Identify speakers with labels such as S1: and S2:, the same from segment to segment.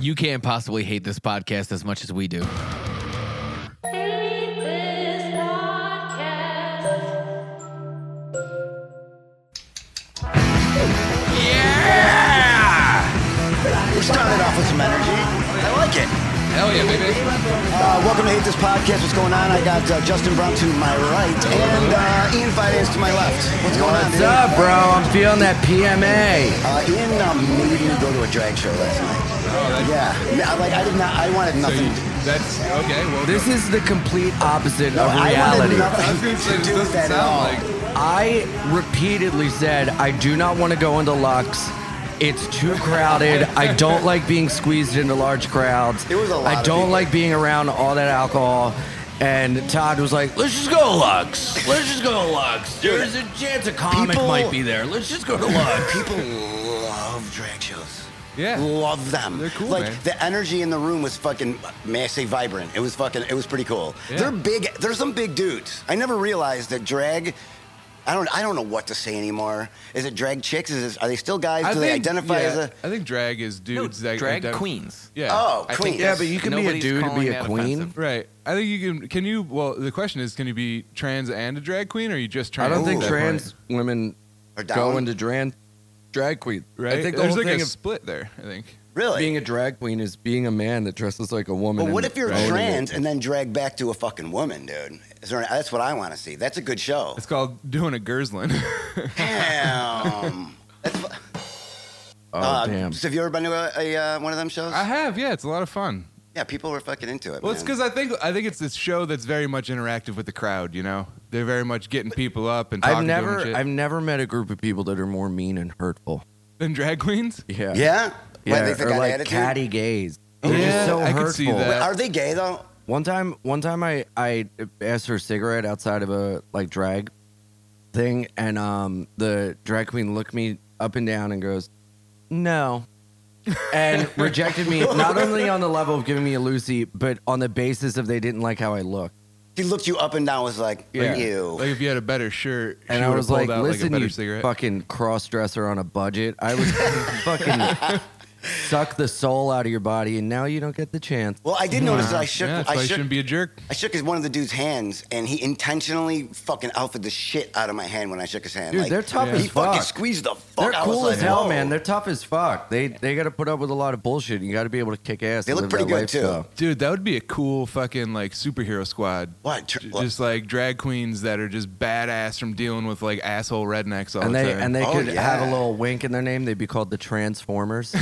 S1: You can't possibly hate this podcast as much as we do.
S2: We started off with some energy. I like it.
S1: Hell yeah, baby.
S2: Uh, welcome to Hate This Podcast. What's going on? I got uh, Justin Brown to my right and uh, Ian Fidance to my left. What's going on,
S3: What's
S2: dude?
S3: up, bro? I'm feeling that PMA.
S2: Uh, Ian um, made me go to a drag show last night. Yeah, No, I- like I did not. I wanted
S4: So
S2: nothing.
S4: you, that's okay. Well,
S3: This is the complete opposite of
S2: I
S3: reality.
S2: wanted
S4: I was
S2: nothing
S4: going to
S2: to
S4: say this
S2: do with that
S4: doesn't
S2: at all.
S4: sound like.
S3: I repeatedly said I do not want to go into Lux. It's too crowded. I don't like being squeezed into large crowds.
S2: It was a lot
S3: I
S2: of
S3: don't
S2: people.
S3: like being around all that alcohol. And Todd was like, "Let's just go to Lux. Let's just go to Lux. There's a chance a comic
S2: People-
S3: might be there. Let's just go to Lux."
S2: People love drag shows.
S4: Yeah.
S2: Love them.
S4: They're cool,
S2: Like
S4: man.
S2: the energy in the room was fucking massive, vibrant. It was fucking. It was pretty cool.
S4: Yeah.
S2: They're big. They're some big dudes. I never realized that drag. I don't. I don't know what to say anymore. Is it drag chicks? Is it, are they still guys? Do they identify
S4: yeah,
S2: as a?
S4: I think drag is dudes that
S1: drag
S4: ident-
S1: queens.
S4: Yeah.
S2: Oh,
S1: I
S2: queen.
S1: think
S3: Yeah, but you can be a
S1: nobody's
S3: dude to be
S1: calling
S3: a
S1: that
S3: queen.
S1: offensive.
S4: Right. I think you can. Can you? Well, the question is, can you be trans and a drag queen, or are you just
S3: I
S4: trans?
S3: don't think
S4: at that
S3: trans
S4: point?
S3: women
S2: Or down?
S3: go into dran- drag queen.
S4: Right.
S3: I think the
S4: There's
S3: whole
S4: like
S3: thing
S4: a
S3: of
S4: split there. I think.
S2: really?
S3: being a drag queen is being a man that dresses like a woman.
S2: But what
S3: and
S2: if you're
S3: owning it.
S2: trans and then drag back to a fucking woman, dude? Is there, that's what I want to see. That's a good show.
S4: It's called doing a Gerslin.
S2: Damn. That's, fu-
S3: Oh
S2: uh,
S3: damn!
S2: So have you ever been to a, a uh, one of them shows?
S4: I have. Yeah, it's a lot of fun.
S2: yeah, people were fucking into it.
S4: Well, it's
S2: man.
S4: because I think I think it's this show that's very much interactive with the crowd. You know, they're very much getting people up and talking
S3: I've
S4: to them and
S3: never,
S4: shit.
S3: I've never met a group of people that are more mean and hurtful.
S4: Then drag queens.
S3: Yeah,
S2: Yeah?
S3: yeah.
S2: Why, they think
S3: or
S2: I had
S3: like
S2: attitude?
S3: catty gays. They're
S4: Yeah,
S3: just so
S4: I
S3: hurtful.
S4: could see that.
S2: Are they gay, though?
S3: One time, one time, I I asked for a cigarette outside of a like drag thing, and um, the drag queen looked me up and down and goes, "No," and rejected me not only on the level of giving me a Lucy, but on the basis of they didn't like how I looked.
S2: He looked you up and down, was like,
S3: Yeah.
S2: you.
S4: Like if you had a better shirt,
S3: And
S4: she
S3: I
S4: would've
S3: was like,
S4: pulled out like a
S3: listen,
S4: better
S3: you
S4: cigarette.
S3: fucking cross dresser on a budget. I was fucking suck the soul out of your body, and now you don't get the chance.
S2: well, I did notice that I shook,
S4: yeah, that's why
S2: I shook,
S4: you shouldn't be a jerk.
S2: I shook his, one of the dude's hands, and he intentionally fucking alphaed the shit out of my hand when I shook his hand.
S3: Dude,
S2: like,
S3: they're tough
S4: Yeah.
S3: as
S2: he fucking
S3: fuck.
S2: squeezed the fuck.
S3: They're
S2: I was
S3: cool
S2: like,
S3: as hell,
S2: whoa.
S3: man. They're tough as fuck. They they got to put up with a lot of bullshit. and You got to be able to kick ass.
S2: They
S3: and live
S2: look pretty
S3: that
S2: good, too.
S3: lifestyle.
S4: Dude, that would be a cool fucking like superhero squad.
S2: What? Tr-
S4: J-
S2: what?
S4: Just like drag queens that are just badass from dealing with like asshole rednecks all
S3: And
S4: the
S3: they
S4: time.
S3: and they
S2: Oh,
S3: could have a
S2: yeah.
S3: little wink in their name. They'd be called the Transformers.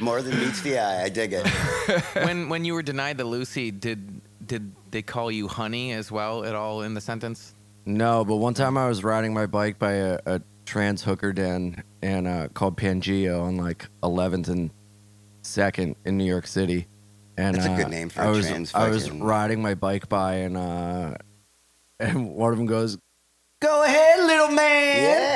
S2: More than meets the eye. I dig it.
S1: when when you were denied the Lucy, did did they call you honey as well at all in the sentence?
S3: no, but one time I was riding my bike by a, a trans hooker den and uh, called Pangea on like 11th and Second in New York City. And
S2: That's a
S3: uh,
S2: good name for
S3: I
S2: a
S3: was
S2: trans
S3: I was
S2: fucking-
S3: riding my bike by and uh, and one of them goes, "Go ahead, little man."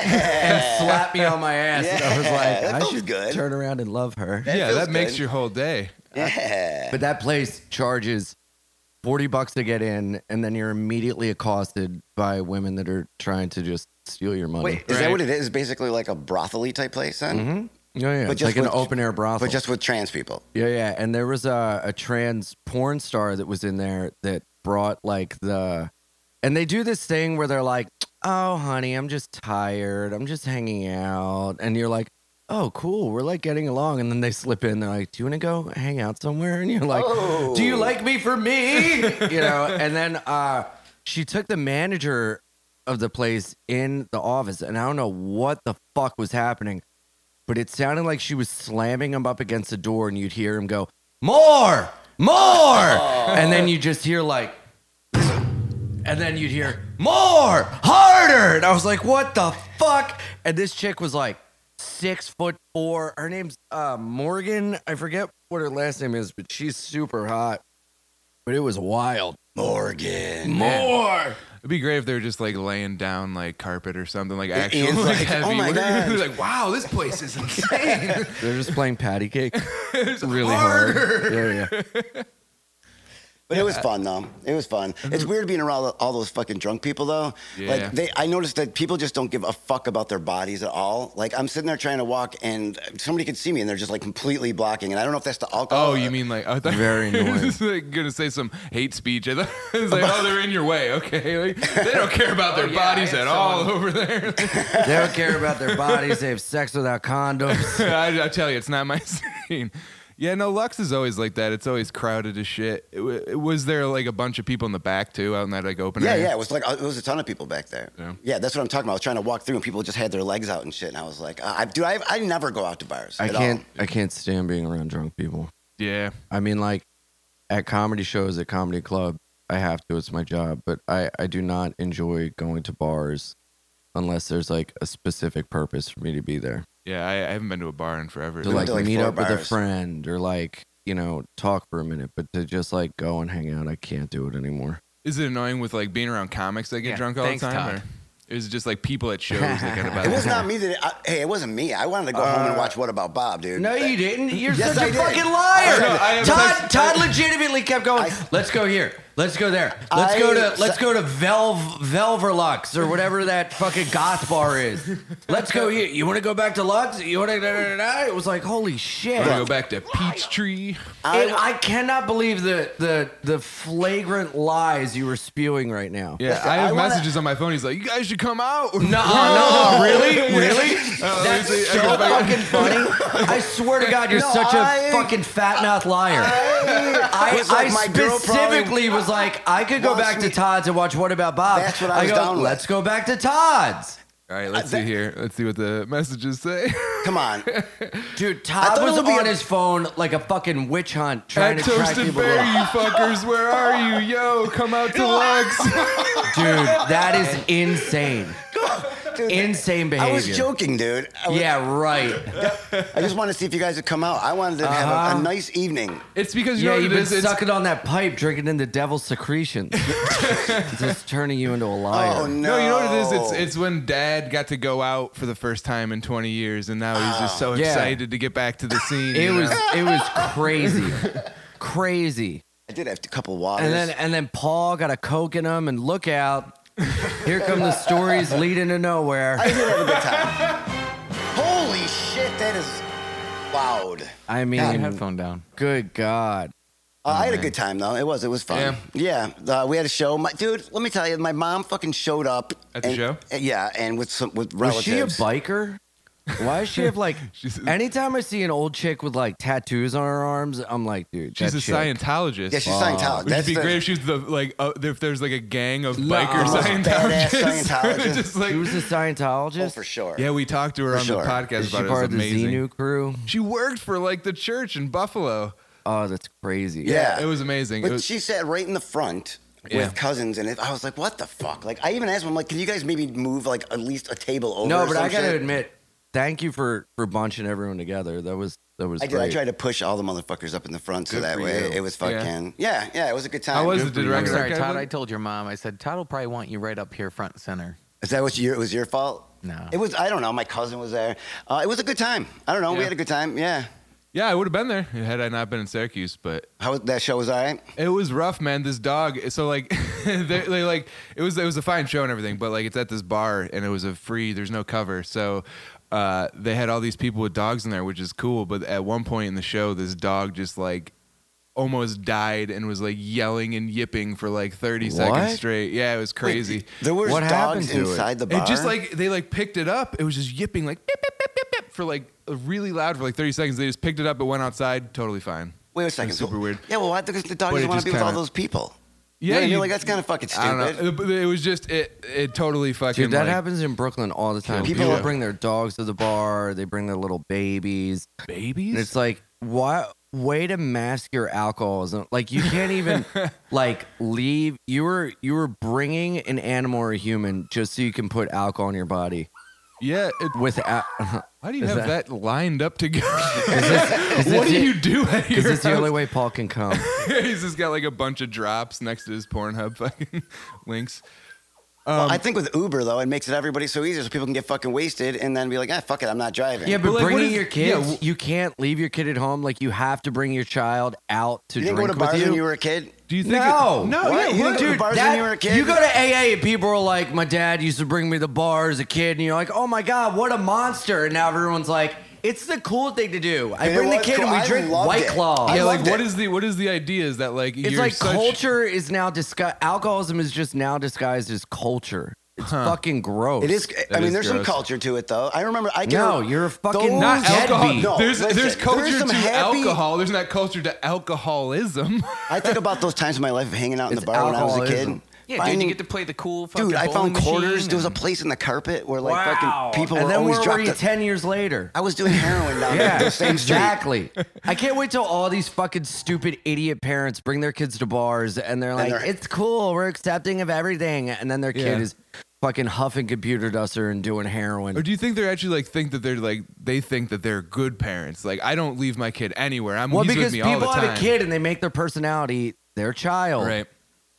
S3: and
S2: Yeah.
S3: slapped me on my ass. and I was like,
S2: Yeah, that
S3: I
S2: feels
S3: should
S2: good.
S3: turn around and love her.
S2: That
S4: yeah,
S2: feels
S4: that makes
S2: good.
S4: your whole day.
S2: yeah.
S3: But that place charges 40 bucks to get in, and then you're immediately accosted by women that are trying to just steal your money.
S2: Wait, is that
S1: Right.
S2: what it is? Basically, like a brothely type place, then,
S3: Mm-hmm. Yeah, yeah.
S2: But
S3: It's
S2: just
S3: like an
S2: with-
S3: open air brothel.
S2: but just with trans people.
S3: yeah, yeah. And there was a, a trans porn star that was in there that brought like the. And they do this thing where they're like, oh, honey, I'm just tired. I'm just hanging out. And you're like, oh, cool. We're like getting along. And then they slip in. They're like, do you want to go hang out somewhere? And you're like,
S2: Oh.
S3: do you like me for me? you know, and then uh, she took the manager of the place in the office. And I don't know what the fuck was happening, but it sounded like she was slamming him up against the door. And you'd hear him go, more, more. And then you just hear like, and then you'd hear more, harder. And I was like, what the fuck? And this chick was like six foot four. Her name's uh, Morgan. I forget what her last name is, but she's super hot. But it was wild.
S2: Morgan?
S3: More.
S4: It'd be great if they were just like laying down like carpet or something like actual
S2: Ian's
S4: like,
S2: like,
S4: heavy.
S2: "Oh my
S4: work."
S2: God.
S4: He's like, wow, this place is insane.
S3: They're just playing patty cake
S4: It's
S3: really hard. Yeah, Mm-hmm. yeah.
S2: But it was fun though. It was fun. It's weird being around all those fucking drunk people though.
S4: Yeah.
S2: Like they, I noticed that people just don't give a fuck about their bodies at all. Like I'm sitting there trying to walk and somebody could see me and they're just like completely blocking. And I don't know if that's the alcohol.
S4: Oh, you mean like I thought
S3: Very
S4: you were
S3: annoying.
S4: just, like, gonna say some hate speech? I thought it was like, oh, they're in your way. Okay, like, they don't care about
S2: Oh,
S4: their
S1: yeah,
S4: bodies
S1: I had
S4: at all over there.
S3: They don't care about their bodies. They have sex without condoms.
S4: I, I tell you, it's not my scene. Yeah, no, Lux is always like that. It's always crowded as shit. It wa- it was there like a bunch of people in the back too, out in that like open
S2: Yeah,
S4: area?
S2: yeah. It was like uh, it was a ton of people back there.
S4: Yeah.
S2: Yeah, that's what I'm talking about. I was trying to walk through and people just had their legs out and shit. And I was like, I, I- dude, I, I never go out to bars.
S3: I
S2: at
S3: can't. I can't stand being around drunk people.
S4: yeah.
S3: I mean, like at comedy shows, at comedy club, I have to. It's my job. But I, I do not enjoy going to bars unless there's like a specific purpose for me to be there.
S4: Yeah, I, I haven't been to a bar in forever.
S3: To
S2: Been
S3: like,
S2: to, like,
S3: meet
S2: four
S3: up with a
S2: bars.
S3: friend or like you know talk for a minute, but to just like go and hang out, I can't do it anymore.
S4: Is it annoying with like being around comics that get
S1: Yeah,
S4: drunk all
S1: thanks,
S4: the time?
S1: Todd.
S4: Or is it just like people at shows that get about
S2: all. It was not me that. I, hey, it wasn't me. I wanted to go home and watch What About Bob, dude.
S3: Uh, No, you didn't. You're
S2: Yes,
S3: such
S2: I
S3: a
S2: did.
S3: fucking
S2: I
S3: liar.
S2: said No, it.
S4: I am
S3: Todd,
S4: such-
S3: Todd legitimately kept going.
S2: I-
S3: let's go here. Let's go there. Let's
S2: I-
S3: go to let's go to Velv Velverlux or whatever that fucking goth bar is. Let's go here. You want to go back to Lux? You want to? Da, da, da, da? It was like holy shit.
S4: I'm gonna go back to Peachtree.
S3: I, and I cannot believe the the the flagrant lies you were spewing right now.
S4: Yeah,
S2: Listen,
S4: I have
S2: I wanna-
S4: messages on my phone. He's like, "You guys should come out."
S3: No, no, really, really.
S4: Oh,
S3: That's
S4: let me see. I
S3: so
S4: go back-
S3: fucking funny. I swear to God, you're
S2: No,
S3: such a
S2: I-
S3: fucking fat mouth liar. I,
S2: was like
S3: I
S2: my girl probably
S3: specifically was like, I could go
S2: wants
S3: back to
S2: me-
S3: Todd's and watch What About Bob.
S2: That's what I was
S3: go,
S2: down with.
S3: Let's go back to Todd's.
S4: All right, let's
S2: I-
S4: see
S2: that-
S4: here. Let's see what the messages say.
S2: Come on.
S3: Dude,
S2: I
S3: Todd
S2: thought it
S3: was
S2: would be
S3: on
S2: a-
S3: his phone like a fucking witch hunt trying
S4: At
S3: to track
S4: Toasted
S3: people
S4: Bear,
S3: down.
S4: you fuckers, where are you? Yo, come out to Lux.
S3: Dude, that is insane. Insane behavior.
S2: I was joking, dude. I, was-
S3: Yeah, right.
S2: I just wanted to see if you guys would come out. I wanted to have a,
S4: Uh-huh.
S2: a nice evening.
S4: It's because you
S3: yeah,
S4: know what
S3: you've
S4: it
S3: been
S4: is. It's-
S3: sucking on that pipe, drinking in the devil's secretions. It's just turning you into a liar.
S2: Oh no!
S4: no, you know what it is. It's it's when Dad got to go out for the first time in 20 years, and now he's just so
S3: Yeah.
S4: excited to get back to the scene.
S3: It
S4: you
S3: was
S4: know?
S3: it was crazy, crazy.
S2: I did have a couple waters.
S3: And then and then Paul got a coke in him, and look out! Here come the stories leading to nowhere.
S2: I did have a good time. Holy shit! That is loud.
S3: I mean,
S1: Put your headphone down.
S3: good God,
S2: Uh,
S4: Oh,
S2: I had a good time though. It was it was fun. Yeah, Uh, we had a show. My, dude, let me tell you, my mom fucking showed up
S4: At the
S2: and-
S4: show?
S2: uh, Yeah, and with some with
S3: was
S2: relatives.
S3: she a biker? Why is she have like?
S4: She's-
S3: anytime I see an old chick with like tattoos on her arms, I'm like, dude,
S4: She's
S3: that
S4: a
S3: chick-
S4: Scientologist.
S2: Yeah, she's
S4: It
S2: Scientologist.
S4: would
S2: That's
S4: be
S2: the,
S4: great if she's the like uh, if there's like a gang of
S3: No.
S4: biker
S3: The most
S2: badass
S4: Scientologists.
S2: Scientologist.
S4: Just
S3: She
S4: like,
S3: was a Scientologist.
S2: oh, for sure.
S4: yeah, we talked to her
S2: For
S4: on
S2: sure.
S4: the podcast
S3: Is she
S4: about it. It was
S3: part of the
S4: amazing.
S3: Xenu crew?
S4: She worked for like the church in Buffalo.
S3: Oh, that's crazy.
S2: Yeah.
S4: it was amazing. It
S2: But
S4: was-
S2: she sat right in the front
S4: Yeah.
S2: with cousins, and it, I was like, "What the fuck?" Like, I even asked them, "Like, can you guys maybe move like at least a table over?"
S3: No,
S2: or
S3: but
S2: some
S3: I gotta
S2: shit?
S3: admit, thank you for for bunching everyone together. That was that was
S2: I did.
S3: great.
S2: I tried to push all the motherfuckers up in the front, so
S4: Good
S2: that
S4: for
S2: way
S4: you.
S2: it was fucking. Yeah. yeah, it was a good time.
S4: How was
S2: Good
S4: the
S2: for you.
S1: I'm
S4: director?
S1: sorry,
S4: Okay,
S1: Todd.
S4: but-
S1: I told your mom. I said Todd will probably want you right up here, front and center.
S2: Is that what you? It was your fault?
S1: No.
S2: It was. I don't know. My cousin was there. Uh, it was a good time. I don't know.
S4: Yeah.
S2: We had a good time. Yeah.
S4: yeah, I would have been there had I not been in Syracuse, but
S2: How that show was all right.
S4: It was rough, man. This dog. So like, they, they like it was it was a fine show and everything, but like it's at this bar and it was a free. There's no cover, so uh, they had all these people with dogs in there, which is cool. But at one point in the show, this dog just like almost died and was like yelling and yipping for like 30 seconds
S3: What?
S4: straight. Yeah, it was crazy.
S2: There were
S3: What happened
S2: dogs
S3: to it?
S2: inside the bar.
S4: It just like they like picked it up. It was just yipping like beep, beep, beep, beep, beep, for like really loud for like 30 seconds. They just picked it up. It went outside. Totally fine.
S2: wait a second.
S4: super weird.
S2: Yeah. Well, why the, the dog
S4: But
S2: doesn't
S4: it
S2: want
S4: just
S2: to be with all
S4: kinda-
S2: those people? You
S4: Yeah,
S2: know what I mean?
S4: you-
S2: like that's kind of fucking stupid.
S4: I don't know. It was just it. It totally fucking.
S3: Dude, that
S4: like-
S3: happens in Brooklyn all the time.
S2: People-
S3: People bring their dogs to the bar. They bring their little babies.
S4: Babies.
S3: And it's like, why? Way to mask your alcoholism. Like you can't even like leave. You were you were bringing an animal or a human just so you can put alcohol in your body.
S4: yeah. It,
S3: Without
S4: why do you
S3: Is
S4: have that, lined up to go?
S3: is this, is
S4: what
S3: this
S4: do
S3: it?
S4: you do at your
S3: Is this the
S4: house?
S3: only way Paul can come?
S4: He's just got like a bunch of drops next to his Pornhub fucking links.
S2: Well,
S3: Um,
S2: I think with Uber though, it makes it everybody so easy, so people can get fucking wasted and then be like, ah, fuck it, I'm not driving.
S3: Yeah, but
S4: But, like, what
S3: bringing
S4: is-
S3: your
S4: yeah,
S3: kids,
S4: w-
S3: you can't leave your kid at home. Like you have to bring your child out to
S2: you didn't
S3: drink
S2: go to
S3: with
S2: bars
S3: you.
S2: when you were a kid.
S4: Do you think?
S3: No.
S4: It,
S2: What?
S4: no, yeah,
S2: You
S4: look,
S2: didn't do
S4: dude,
S2: bars when
S3: That-
S2: you were a kid?
S3: You go to AA and people are like, my dad used to bring me the bar as a kid, and you're like, oh my god, what a monster! And now everyone's like, it's the cool thing to do. I
S2: It
S3: bring the
S2: was
S3: kid
S2: cool.
S3: and we
S2: I
S3: drink
S2: loved
S3: White
S2: it.
S3: Claw.
S2: I
S4: yeah, like
S2: loved
S4: what
S2: it.
S4: is the what is the idea? Is that like
S3: It's
S4: you're
S3: like
S4: such-
S3: culture is now disguised. Alcoholism is just now disguised as culture. It's fucking gross.
S2: It is. I mean,
S4: is
S2: there's some
S4: gross.
S2: culture to it, though. I remember. I can
S3: No, you're a fucking
S2: Those-
S4: Not
S3: Deadbeat.
S4: alcohol.
S2: No,
S4: there's
S2: listen,
S4: there's culture
S2: some
S4: to
S2: happy-
S4: alcohol. There's not culture to alcoholism.
S2: I think about those times in my life of hanging out in
S3: It's
S2: the bar when I was a kid.
S3: alcoholism.
S1: Yeah, dude,
S2: Finding-
S1: you get to play the cool fucking
S2: Dude, I
S1: bowling
S2: found quarters.
S1: machine
S2: There was a
S1: and-
S2: place in the carpet where like
S3: wow.
S2: fucking people
S3: and
S2: were
S3: then
S2: always
S3: where were
S2: dropped.
S3: you
S2: the-
S3: ten years later?
S2: I was doing heroin down there, the same street.
S3: exactly. I can't wait till all these fucking stupid idiot parents bring their kids to bars and they're like,
S2: they're-
S3: "It's cool, we're accepting of everything," and then their kid
S4: Yeah. Oh,
S3: is fucking huffing computer duster and doing heroin.
S4: Or do you think they're actually like think that they're like they think that they're good parents? Like I don't leave my kid anywhere. I'm
S3: well,
S4: he's
S3: because
S4: with me all
S3: people
S4: the time.
S3: have a kid and they make their personality their child,
S4: right?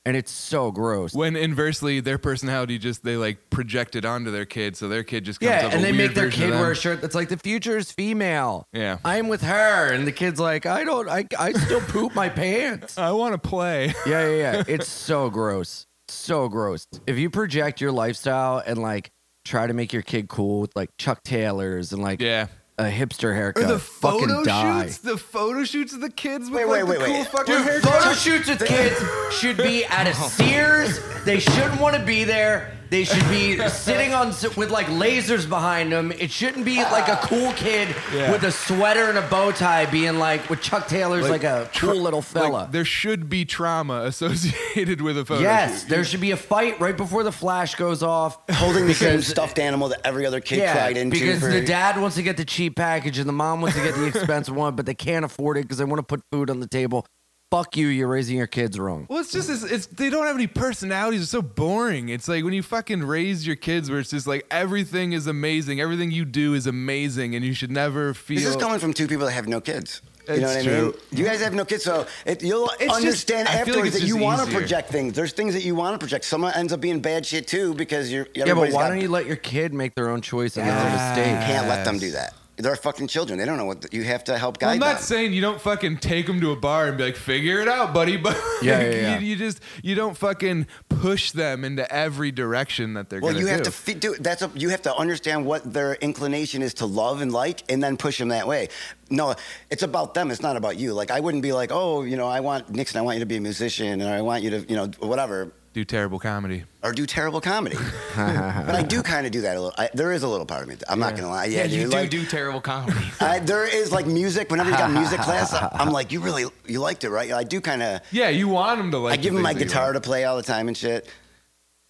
S3: And it's so gross.
S4: When inversely, their personality just they like project it onto their kid, so their kid just comes
S3: yeah,
S4: up
S3: and
S4: a
S3: they
S4: weird
S3: make their
S4: version of
S3: kid
S4: them.
S3: wear a shirt that's like the future is female.
S4: Yeah.
S3: I'm with her, and the kid's like, I don't, I, I still poop my pants.
S4: I want to play.
S3: yeah, yeah, yeah. It's so gross. So gross. If you project your lifestyle and like try to make your kid cool with like Chuck Taylors and like
S4: yeah.
S3: a hipster haircut,
S4: Or the
S3: fucking
S4: photo
S3: die.
S4: shoots, the photo shoots of the kids with
S2: Wait,
S4: like
S2: wait,
S4: the
S2: wait,
S4: cool
S2: wait.
S4: fucking
S3: Dude,
S4: haircut.
S3: photo shoots with kids should be at a Sears. They shouldn't want to be there. They should be sitting on s- with like lasers behind them. It shouldn't be like a cool kid
S4: Yeah.
S3: with a sweater and a bow tie being like with Chuck Taylor's like, a cool little fella.
S4: Like, there should be trauma associated with a photo
S3: Yes,
S4: shoot.
S3: there should be a fight right before the flash goes off.
S2: holding the same
S3: Because-
S2: stuffed animal that every other kid
S3: Yeah,
S2: cried into.
S3: because
S2: for,
S3: the dad wants to get the cheap package and the mom wants to get the expensive one, but they can't afford it because they want to put food on the table. Fuck you, you're raising your kids wrong.
S4: Well, it's just it's, it's they don't have any personalities. It's so boring. It's like when you fucking raise your kids, where it's just like everything is amazing, everything you do is amazing, and you should never feel.
S2: this is coming from two people that have no kids. You know
S4: It's
S2: what I
S4: true.
S2: mean? You guys have no kids, so it, you'll
S4: just-
S2: understand
S4: I feel like
S2: afterwards
S4: it's
S2: that you
S4: just
S2: want to
S4: easier.
S2: project things. There's things that you want to project. Someone ends up being bad shit too because you're.
S3: Yeah, but
S2: everybody's
S3: why
S2: got-
S3: don't you let your kid make their own choice and their own
S4: Yes.
S3: mistake?
S2: You can't let them do that. They're fucking children. They don't know what the, you have to help guide
S4: I'm not
S2: them.
S4: saying you don't fucking take them to a bar and be like, figure it out, buddy. But
S3: Yeah,
S4: like,
S3: yeah, yeah.
S4: You, you just you don't fucking push them into every direction that they're
S2: Well,
S4: gonna
S2: you have
S4: do.
S2: to fe- do that's a, you have to understand what their inclination is to love and like, and then push them that way. No, it's about them. It's not about you. Like I wouldn't be like, oh, you know, I want Nixon. I want you to be a musician, and I want you to, you know, whatever,
S4: do terrible comedy.
S2: or do terrible comedy. but I do kind of do that a little. I, there is a little part of me. I'm not gonna lie.
S1: Yeah,
S2: Yeah,
S1: you
S2: dude,
S1: do
S2: like,
S1: do terrible comedy.
S2: I, there is like music. Whenever you got music class, I- I'm like, you really you liked it, right? I do kind of.
S4: Yeah, you want them to like.
S2: I give
S4: the
S2: him my
S4: things that you
S2: guitar
S4: want.
S2: to play all the time and shit.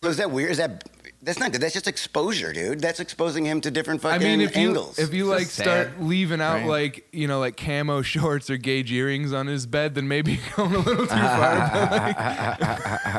S2: So Is that weird? Is that that's not good. That's just exposure, dude. That's exposing him to different
S4: I
S2: fucking
S4: mean, if
S2: angles.
S4: you if you
S1: It's
S4: like
S1: just
S4: start
S1: sad,
S4: leaving out
S1: right?
S4: like you know like camo shorts or gauge earrings on his bed, then maybe you're going a little too far. but, like,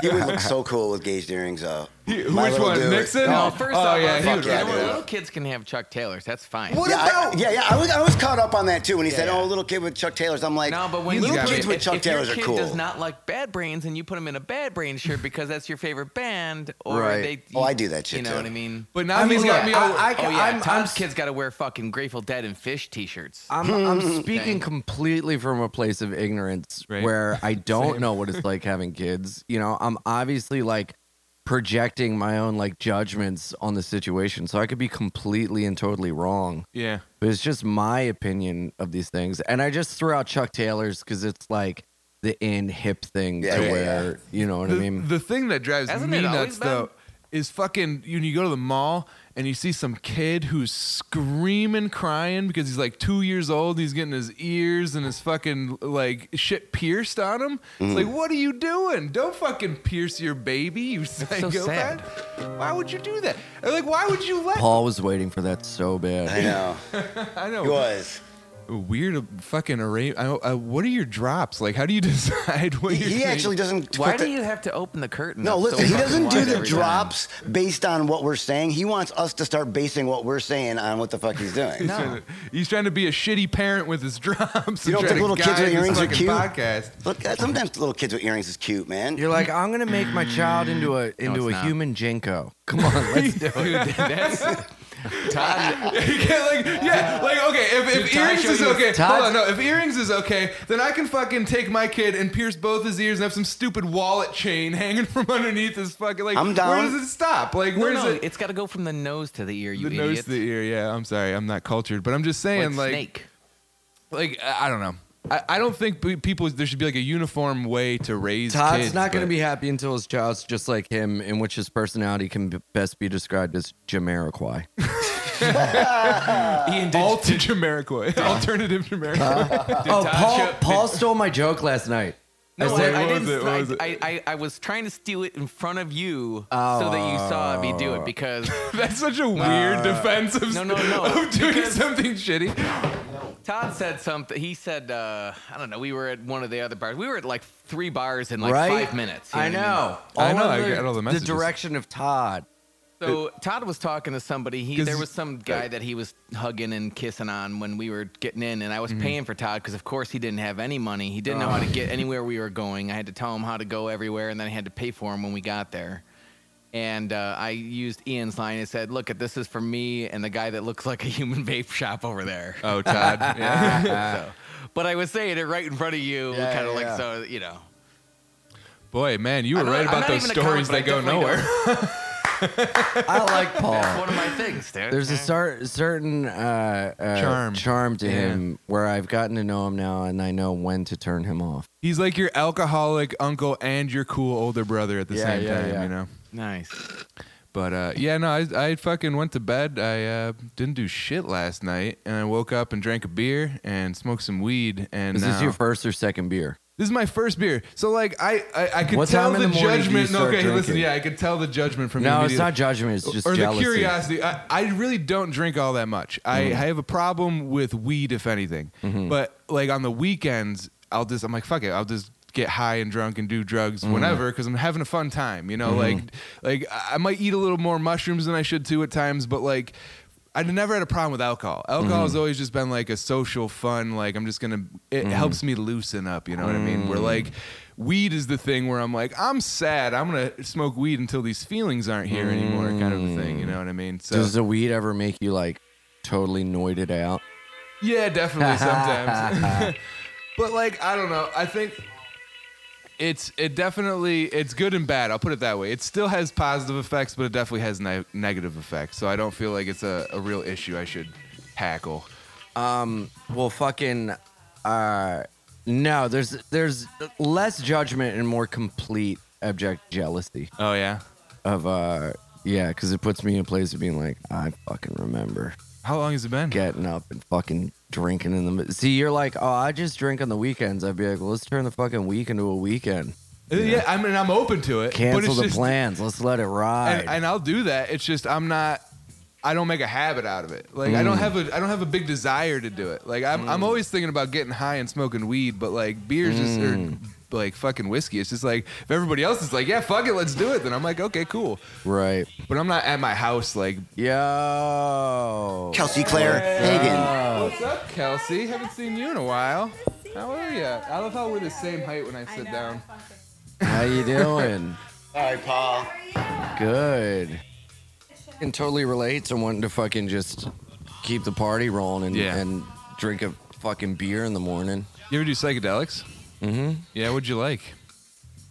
S2: he would look so cool with gauged earrings, though.
S4: Which
S2: My little
S4: one,
S2: dude.
S4: Nixon?
S1: No, first
S4: oh,
S1: off,
S4: yeah, he
S1: fuck
S4: would
S1: you know
S2: rather
S1: what?
S2: do.
S1: little kids can have Chuck Taylors. That's fine.
S4: What
S2: Yeah, I,
S4: about-
S2: yeah, yeah. I was, I was caught up on that too when he said, "Oh, little kid with Chuck Taylors." I'm like,
S1: No, but when
S2: little
S1: you
S4: got
S2: kids
S4: it.
S2: with
S1: if,
S2: Chuck
S1: if
S2: Taylors
S1: your
S2: are
S1: kid
S2: cool."
S1: does not like Bad Brains, and you put him in a Bad Brains shirt because that's your favorite band, or
S3: Right.
S1: they.
S2: Oh, I do that shit,
S1: You know
S2: too.
S1: what I mean?
S4: But now
S3: I mean,
S4: he's got
S3: look,
S4: me.
S3: I-
S4: all-
S3: I-
S1: oh yeah,
S3: I'm- I'm
S1: Tom's
S3: s-
S1: kids got to wear fucking Grateful Dead and Fish T-shirts.
S3: I'm, I'm speaking completely from a place of ignorance
S4: Right.
S3: where I don't
S4: Same.
S3: know what it's like having kids. You know, I'm obviously like projecting my own like judgments on the situation. So I could be completely and totally wrong.
S4: yeah,
S3: But it's just my opinion of these things. And I just threw out Chuck Taylor's because it's like the in hip thing
S2: Yeah,
S3: to
S2: yeah,
S3: where, you know what
S4: the,
S3: I mean?
S4: the thing that drives
S1: Hasn't
S4: me
S1: it always
S4: nuts
S1: been?
S4: though is fucking when you go to the mall and you see some kid who's screaming crying because he's like two years old and he's getting his ears and his fucking like shit pierced on him it's like what are you doing don't fucking pierce your baby you
S1: so sad.
S4: psychopath why would you do that And, like why would you let
S3: Paul was waiting for that so
S2: I
S3: bad.
S2: know.
S4: i
S2: He
S4: know
S2: was.
S4: weird uh, fucking array I, don't- uh, what are your drops like how do you decide what
S2: He,
S4: you're
S2: he actually doesn't.
S1: Why
S2: put
S1: do
S2: the-
S1: you have to open the curtain?
S2: No,
S1: up so
S2: listen, he
S1: fucking
S2: doesn't do
S1: wide
S2: the
S1: every time?
S2: drops based on what we're saying. He wants us to start basing what we're saying on what the fuck he's doing.
S1: No.
S4: He's trying to be a shitty parent with his drops.
S2: You don't think little kids with earrings are cute?
S4: Podcast.
S2: Look, uh, sometimes little kids with earrings is cute, man.
S3: You're like, I'm gonna make my child into a
S1: it's
S3: into a
S1: not.
S3: human Jenko. Come on, let's do it.
S1: Dude, that's Todd,
S4: you can't like yeah like okay if, if
S1: Todd
S4: earrings
S1: showed
S4: is
S1: you his-
S4: okay
S3: Todd-
S4: hold on no if earrings is okay then I can fucking take my kid and pierce both his ears and have some stupid wallet chain hanging from underneath his fucking like
S2: I'm
S4: where
S2: down.
S4: does it stop like
S1: no,
S4: where's
S1: no,
S4: it
S1: it's got to go from the nose to the ear. You
S4: the
S1: idiot.
S4: nose to the ear yeah I'm sorry I'm not cultured but I'm just
S1: like,
S4: saying like
S1: snake.
S4: like I I don't know I, I don't think pe- people there should be like a uniform way to raise
S3: Todd's
S4: kids,
S3: not going to
S4: but-
S3: be happy until his child's just like him, in which his personality can b- best be described as Jamiroquai.
S1: Ian, did,
S4: Alt Jamaica, alternative Jamaica.
S3: oh, Paul!
S1: show-
S3: Paul stole my joke last night.
S1: no,
S3: I
S1: I,
S3: said,
S1: I
S4: what was
S1: didn't.
S4: it? What was it?
S1: I, I, I, I was trying to steal it in front of you so that you saw me do it because
S4: That's such a weird defense of,
S1: Uh, No, no, no,
S4: of doing something shitty.
S1: Todd said something. He said, uh, I don't know. We were at one of the other bars. We were at like three bars in like
S3: right?
S1: five minutes. you
S3: I
S1: what mean?
S3: know.
S4: I know,
S3: of
S4: I got all the messages.
S3: direction of Todd.
S1: So Todd was talking to somebody. He
S4: 'Cause-
S1: there was some guy that he was hugging and kissing on when we were getting in, and I
S3: Mm-hmm.
S1: was paying for Todd because of course he didn't have any money. He didn't know
S3: Oh.
S1: how to get anywhere we were going. I had to tell him how to go everywhere, and then I had to pay for him when we got there. And uh, I used Ian's line and said, "Look, this is for me and the guy that looks like a human vape shop over there."
S4: Oh, Todd. Yeah.
S1: so, but I was saying it right in front of you,
S3: Ah. Yeah,
S1: kind of
S3: yeah,
S1: like
S3: yeah.
S1: so you know.
S4: Boy, man, you were
S1: I'm not-
S4: right
S1: I'm
S4: about
S1: not
S4: those
S1: even a comic,
S4: stories
S1: but I
S4: that go
S1: definitely
S4: nowhere.
S3: I like
S1: That's
S3: Paul.
S1: one of my things, dude.
S3: There's a cer- certain uh, uh,
S4: Charm.
S3: charm to
S4: Yeah.
S3: him where I've gotten to know him now, and I know when to turn him off.
S4: He's like your alcoholic uncle and your cool older brother at the
S3: Yeah,
S4: same
S3: yeah,
S4: time,
S3: yeah.
S4: you know.
S1: nice.
S4: But uh, yeah, no, I, I fucking went to bed. I uh, didn't do shit last night, and I woke up and drank a beer and smoked some weed. And
S3: Is this
S4: now-
S3: your first or second beer?
S4: This is my first beer, so like I I, I could
S3: What
S4: tell
S3: time in
S4: the,
S3: the morning do you
S4: judgment.
S3: start
S4: okay, listen,
S3: drinking?
S4: yeah, I could tell the judgment from you.
S3: No, it's
S4: immediately.
S3: not judgment. It's just
S4: or
S3: jealousy. Mm-hmm.
S4: the curiosity. I, I really don't drink all that much. I, I have a problem with weed, if anything. But like on the weekends, I'll just I'm like fuck it. I'll just get high and drunk and do drugs
S3: Mm-hmm.
S4: whenever because I'm having a fun time. You know, like like I I might eat a little more mushrooms than I should too at times, but like. I never had a problem with alcohol. Alcohol has always just been like a social fun. Like I'm just gonna. It helps me loosen up. You know what I mean? Where like weed is the thing where I'm like I'm sad. I'm gonna smoke weed until these feelings aren't here anymore. Kind of a thing. You know what I mean? So
S3: Does the weed ever make you like totally noited out?
S4: yeah, definitely sometimes. but like I don't know. I think it's it definitely it's good and bad. I'll put it that way. It still has positive effects, but it definitely has ne- negative effects. So I don't feel like it's a, a real issue I should tackle.
S3: Well, fucking, uh, no. There's there's less judgment and more complete abject jealousy
S4: Oh yeah.
S3: of uh, yeah, because it puts me in a place of being like, I fucking remember
S4: How long has it been?
S3: getting up and fucking drinking in the. mi- See, you're like, oh, I just drink on the weekends. I'd be like, well, let's turn the fucking week into a weekend.
S4: Uh, Yeah, I mean I'm open to it. but
S3: Cancel
S4: it's
S3: the
S4: just,
S3: plans. Let's let it ride.
S4: and, and I'll do that. It's just I'm not. I don't make a habit out of it. Like I
S3: Mm.
S4: don't have a I don't have a big desire to do it. Like I'm I'm always thinking about getting high and smoking weed, but like beers just
S3: Mm.
S4: or like fucking whiskey. It's just like if everybody else is like, yeah, fuck it, let's do it. Then I'm like, okay, cool.
S3: right.
S4: But I'm not at my house like.
S3: Yo.
S2: Kelsey Claire Hagen.
S3: Oh.
S4: What's up, Kelsey? Haven't seen you in a while. How are you? I love how we're the same height when I sit down.
S3: How you doing?
S2: Hi, Paul.
S3: Good. And totally relates on wanting to fucking just keep the party rolling and,
S4: Yeah.
S3: and drink a fucking beer in the morning.
S4: You ever do psychedelics? Mm-hmm. Yeah, what'd you like?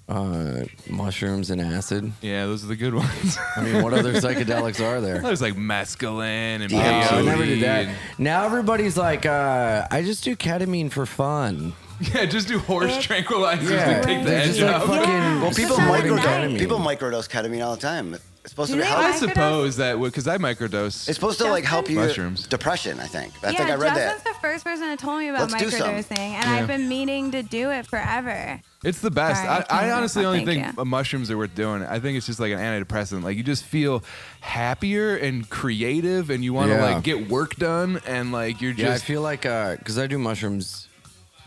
S3: Uh, mushrooms and acid.
S4: Yeah, those are the good ones.
S3: I mean, what other psychedelics are there?
S4: There's like mescaline and
S2: Yeah,
S3: I
S4: peyote.
S3: never did that.
S4: and-
S3: Now everybody's like, uh, I just do ketamine for fun.
S4: Yeah, just do horse tranquilizers
S3: Yeah.
S4: to take the
S3: They're
S4: edge
S3: just like
S4: off.
S3: fucking.
S5: Yeah.
S2: Well, people
S5: Sounds
S3: snorting
S2: microdose.
S5: nice.
S2: People microdose ketamine all the time. It's supposed
S5: Do
S2: to
S5: they?
S2: help.
S4: I suppose that would because I microdose.
S2: It's supposed to like help you
S4: Mushrooms.
S2: depression. I think. I
S5: yeah,
S2: think I read
S5: Justin's
S2: that.
S5: the first person that told me about
S2: Let's do some.
S5: microdosing, and
S4: Yeah.
S5: I've been meaning to do it forever.
S4: It's the best.
S5: Sorry, I can't
S4: I, I
S5: hear
S4: honestly
S5: myself.
S4: only
S5: Thank
S4: think
S5: you.
S4: mushrooms are worth doing. I think it's just like an antidepressant. Like you just feel happier and creative, and you want to
S3: Yeah.
S4: like get work done, and like you're
S3: Yeah, I
S4: just
S3: feel like because I do mushrooms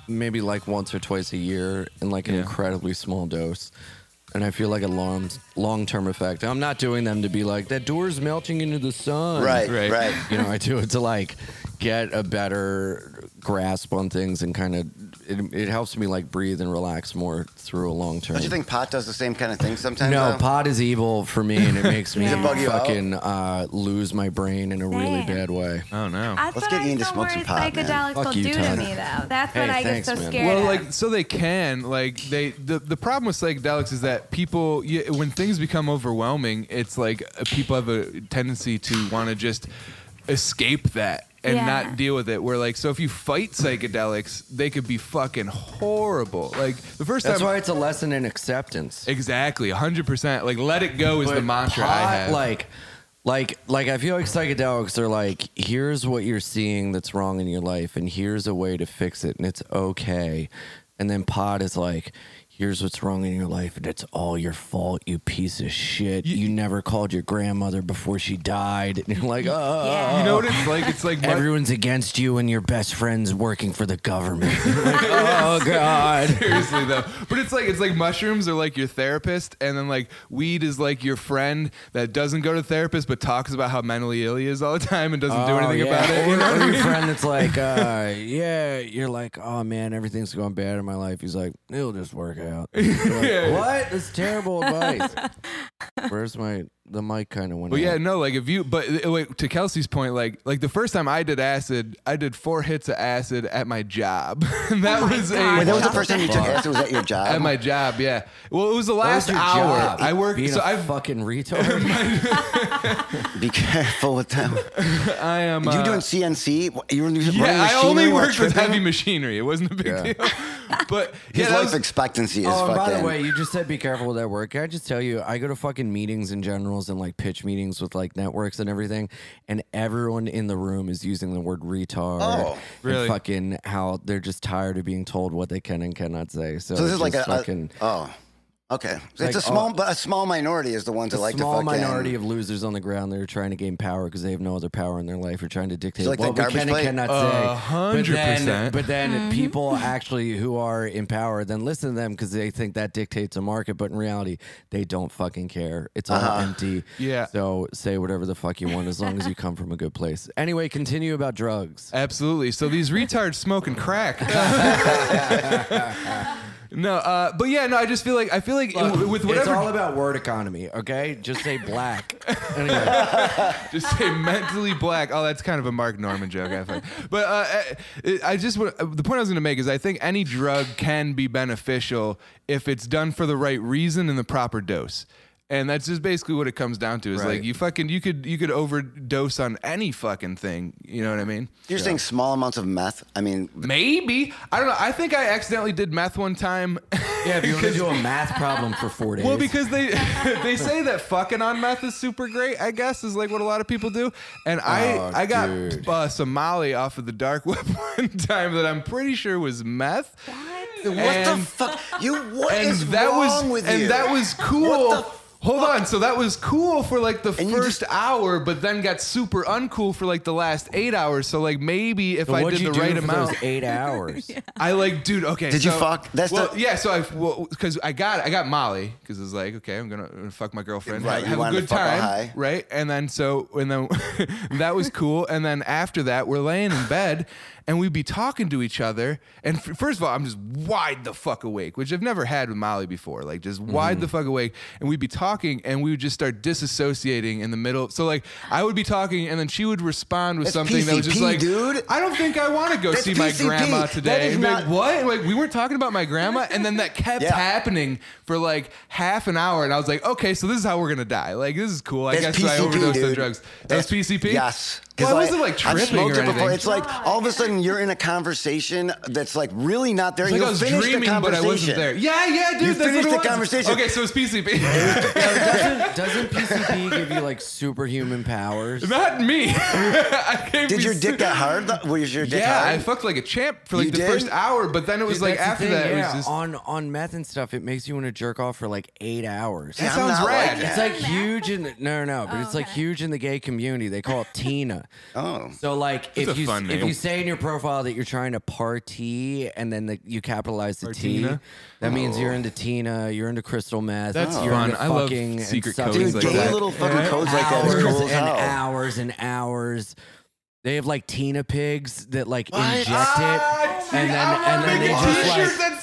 S3: maybe like once or twice a year in like an
S4: Yeah.
S3: incredibly small dose. And I feel like a long long term effect. I'm not doing them to be like that door's melting into the sun.
S2: Right,
S4: Right.
S2: right.
S3: You know, I do it to like get a better grasp on things and kind of it, it helps me like breathe and relax more through a long term.
S2: Don't you think pot does the same kind of thing sometimes?
S3: No,
S2: though?
S3: pot is evil for me, and it makes me
S5: Does it bug
S2: you out?
S3: fucking uh, lose my brain in a really
S5: Same.
S3: bad way.
S4: Oh no.
S5: That's
S2: Let's
S5: what
S2: get
S5: I
S2: Ian to
S5: don't
S2: smoke
S5: worry
S2: some pot, man.
S5: psychedelics will
S3: Fuck you,
S5: do to
S3: Todd.
S5: me, though. That's
S3: Hey,
S5: what I
S3: thanks,
S5: get so
S3: man.
S5: scared
S4: Well,
S5: of.
S4: like uh, so they can like they the, the problem with psychedelics is that people you, when things become overwhelming, it's like uh, people have a tendency to want to just escape that and
S5: Yeah.
S4: not deal with it. Where like so if you fight psychedelics, they could be fucking horrible. Like the first
S3: That's
S4: time.
S3: why it's a lesson in acceptance.
S4: Exactly, hundred percent. Like, let it go is the
S3: But
S4: mantra
S3: pot,
S4: I have.
S3: Like, like, like I feel like psychedelics are like, here's what you're seeing that's wrong in your life, and here's a way to fix it, and it's okay. And then pot is like, here's what's wrong in your life, and it's all your fault, you piece of shit. You, never called your grandmother before she died, and you're like, oh.
S5: Yeah.
S4: you know what it's like? It's like much-
S3: Everyone's against you, and your best friend's working for the government. Like, oh God!
S4: seriously though but it's like it's like mushrooms are like your therapist and then like weed is like your friend that doesn't go to therapist but talks about how mentally ill he is all the time and doesn't do
S3: Oh,
S4: anything
S3: yeah.
S4: about it you know
S3: Or,
S4: what I
S3: or
S4: mean?
S3: your friend that's like, uh, yeah, you're like, oh man, everything's going bad in my life. He's like, it'll just work out. You're like,
S4: Yeah.
S3: What? That's terrible advice. Where's my the mic? Kind of went.
S4: But yeah,
S3: out.
S4: no, like if you, but uh, wait, to Kelsey's point, like, like the first time I did acid, I did four hits of acid at my job. And that was a,
S2: Wait, that was the first time you took acid. Was that your job?
S4: at my job. Yeah. Well, it was the
S3: What
S4: last
S3: was your
S4: hour.
S3: job?
S4: I worked.
S3: Being
S4: So
S3: a
S4: I've,
S3: fucking retard.
S2: Be careful with them.
S4: I am.
S2: you
S4: uh,
S2: doing CNC? You were running
S4: yeah, I
S2: machinery
S4: only
S2: while
S4: worked with
S2: tripping?
S4: heavy machinery. It wasn't a big
S3: Yeah.
S4: deal. But yeah,
S2: His
S4: that
S2: life
S4: was-
S2: expectancy is
S3: Oh, and
S2: fucking.
S3: by the way, you just said be careful with that work. Can I just tell you, I go to fucking meetings in generals and like pitch meetings with like networks and everything, and everyone in the room is using the word retard.
S2: Oh,
S3: and
S4: really?
S3: Fucking how they're just tired of being told what they can and cannot say. So,
S2: so this
S3: it's
S2: is like a,
S3: just
S2: a-
S3: fucking.
S2: oh, okay. So
S3: like, oh.
S2: it's a small, but a small minority is the ones that
S3: a
S2: like
S3: small
S2: to fucking.
S3: minority of losers on the ground that are trying to gain power because they have no other power in their life or trying to dictate
S2: It's like that
S3: what we
S2: garbage
S3: can
S2: plate.
S3: and cannot
S4: A
S3: say. But
S4: hundred
S3: then-
S4: percent.
S3: But then people actually who are in power then listen to them because they think that dictates a market, but in reality they don't fucking care. It's all
S2: Uh-huh.
S3: empty.
S4: Yeah.
S3: So say whatever the fuck you want as long as you come from a good place. Anyway, continue about drugs.
S4: Absolutely. So these retards smoking crack. no, uh, but yeah, no. I just feel like I feel like w- Uh, with
S3: it's
S4: whatever,
S3: all about word economy, okay? Just say black. Anyway,
S4: just say mentally black. Oh, that's kind of a Mark Norman joke. I think. But uh, I- I just wa- uh, the point I was going to make is I think any drug can be beneficial if it's done for the right reason and the proper dose. And that's just basically what it comes down to. Is
S3: Right.
S4: like you fucking you could you could overdose on any fucking thing. You know what I mean?
S2: You're saying small amounts of meth. I mean,
S4: Maybe I don't know. I think I accidentally did meth one time.
S3: yeah, if you want to do a math problem for four days.
S4: Well, because they they say that fucking on meth is super great. I guess is like what a lot of people do. And I
S3: Oh,
S4: I got
S3: dude.
S4: uh, some Molly off of the dark web one time that I'm pretty sure was meth.
S2: what the
S4: And-
S2: fuck? You what
S4: And
S2: is
S4: that
S2: wrong
S4: was
S2: with
S4: and
S2: you?
S4: that was cool.
S2: What the
S4: Hold on, so that was cool for like the
S2: And you
S4: first hour, but then got super uncool for like the last eight hours. So like maybe if
S3: So
S4: I
S3: what'd
S4: did
S3: you
S4: the
S3: do
S4: right
S3: for
S4: amount,
S3: Those eight hours.
S4: I like, dude. Okay.
S2: Did you
S4: so-
S2: fuck? That's
S4: well,
S2: not-
S4: yeah. So I, because I got, I got Molly, because it's like, okay, I'm gonna, I'm gonna fuck my girlfriend,
S2: Right,
S4: have-
S2: you
S4: have, a
S2: wanted to
S4: good
S2: fuck her
S4: time,
S2: high.
S4: right? And then so, and then that was cool. And then after that, we're laying in bed, and we'd be talking to each other. And f- first of all, I'm just wide the fuck awake, which I've never had with Molly before, like just
S2: Mm-hmm.
S4: wide the fuck awake. And we'd be talking, and we would just start disassociating in the middle. So like, I would be talking, and then she would respond with
S2: That's
S4: something that was just
S2: PCP,
S4: like,
S2: dude.
S4: I don't think I want to go
S2: That's
S4: see my
S2: PCP.
S4: grandma
S2: That
S4: today.
S2: is
S4: And be like,
S2: not-
S4: what? Like we weren't talking about my grandma, and then that kept
S2: Yeah.
S4: happening for like half an hour, and I was like, okay, so this is how we're gonna die. Like this is cool. I
S2: That's
S4: guess
S2: PCP,
S4: I overdosed on
S2: dude.
S4: drugs. That was
S2: That's-
S4: PCP.
S2: Yes.
S4: Well,
S2: 'Cause
S4: I wasn't like
S2: I've
S4: tripping
S2: smoked
S4: or
S2: it before.
S4: anything.
S2: It's like all of a sudden you're in a conversation that's like really not there.
S4: It's like
S2: You'll
S4: I was
S2: finish the
S4: dreaming, but I
S2: conversation.
S4: wasn't there. Yeah, yeah, dude.
S2: You
S4: that's
S2: finished
S4: what it
S2: the
S4: was.
S2: conversation.
S4: Okay, so it's PCP.
S3: Oh, doesn't, doesn't PCP give you like superhuman powers?
S4: Not me. I can't
S2: Did
S4: be
S2: your
S4: su-
S2: dick get hard? Was your dick
S4: Yeah,
S2: hard?
S4: I fucked like a champ for like
S2: You
S4: the
S2: did?
S4: first hour, but then it was
S3: Dude,
S4: like
S3: that's the
S4: after
S3: thing,
S4: that, it was
S3: yeah,
S4: just.
S3: on on meth and stuff. It makes you want to jerk off for like eight hours.
S2: Yeah, I'm
S4: that sounds
S2: not
S4: rad.
S2: like that.
S3: It's like huge in the, no no, no, but
S5: Oh,
S3: it's like
S5: okay.
S3: huge in the gay community. They call it Tina.
S2: Oh.
S3: So like
S4: That's
S3: if
S4: a
S3: you
S4: fun
S3: if
S4: name.
S3: you say in your profile that you're trying to party and then the, you capitalize the T,
S4: Partina? Oh.
S3: that means you're into Tina, you're into crystal meth.
S4: That's
S3: you're
S4: fun.
S3: into
S4: I love
S3: fucking and
S4: secret
S3: sucking
S4: codes
S2: Dude,
S4: like
S3: dick
S2: gay
S4: that.
S2: little fucking codes like that
S3: hours
S2: is cool as
S3: and
S2: hell.
S3: hours and hours. They have like Tina pigs that like
S2: What?
S3: inject
S4: Ah,
S3: it, and then and then they
S4: Make a
S3: just
S4: t-shirt
S3: like
S4: that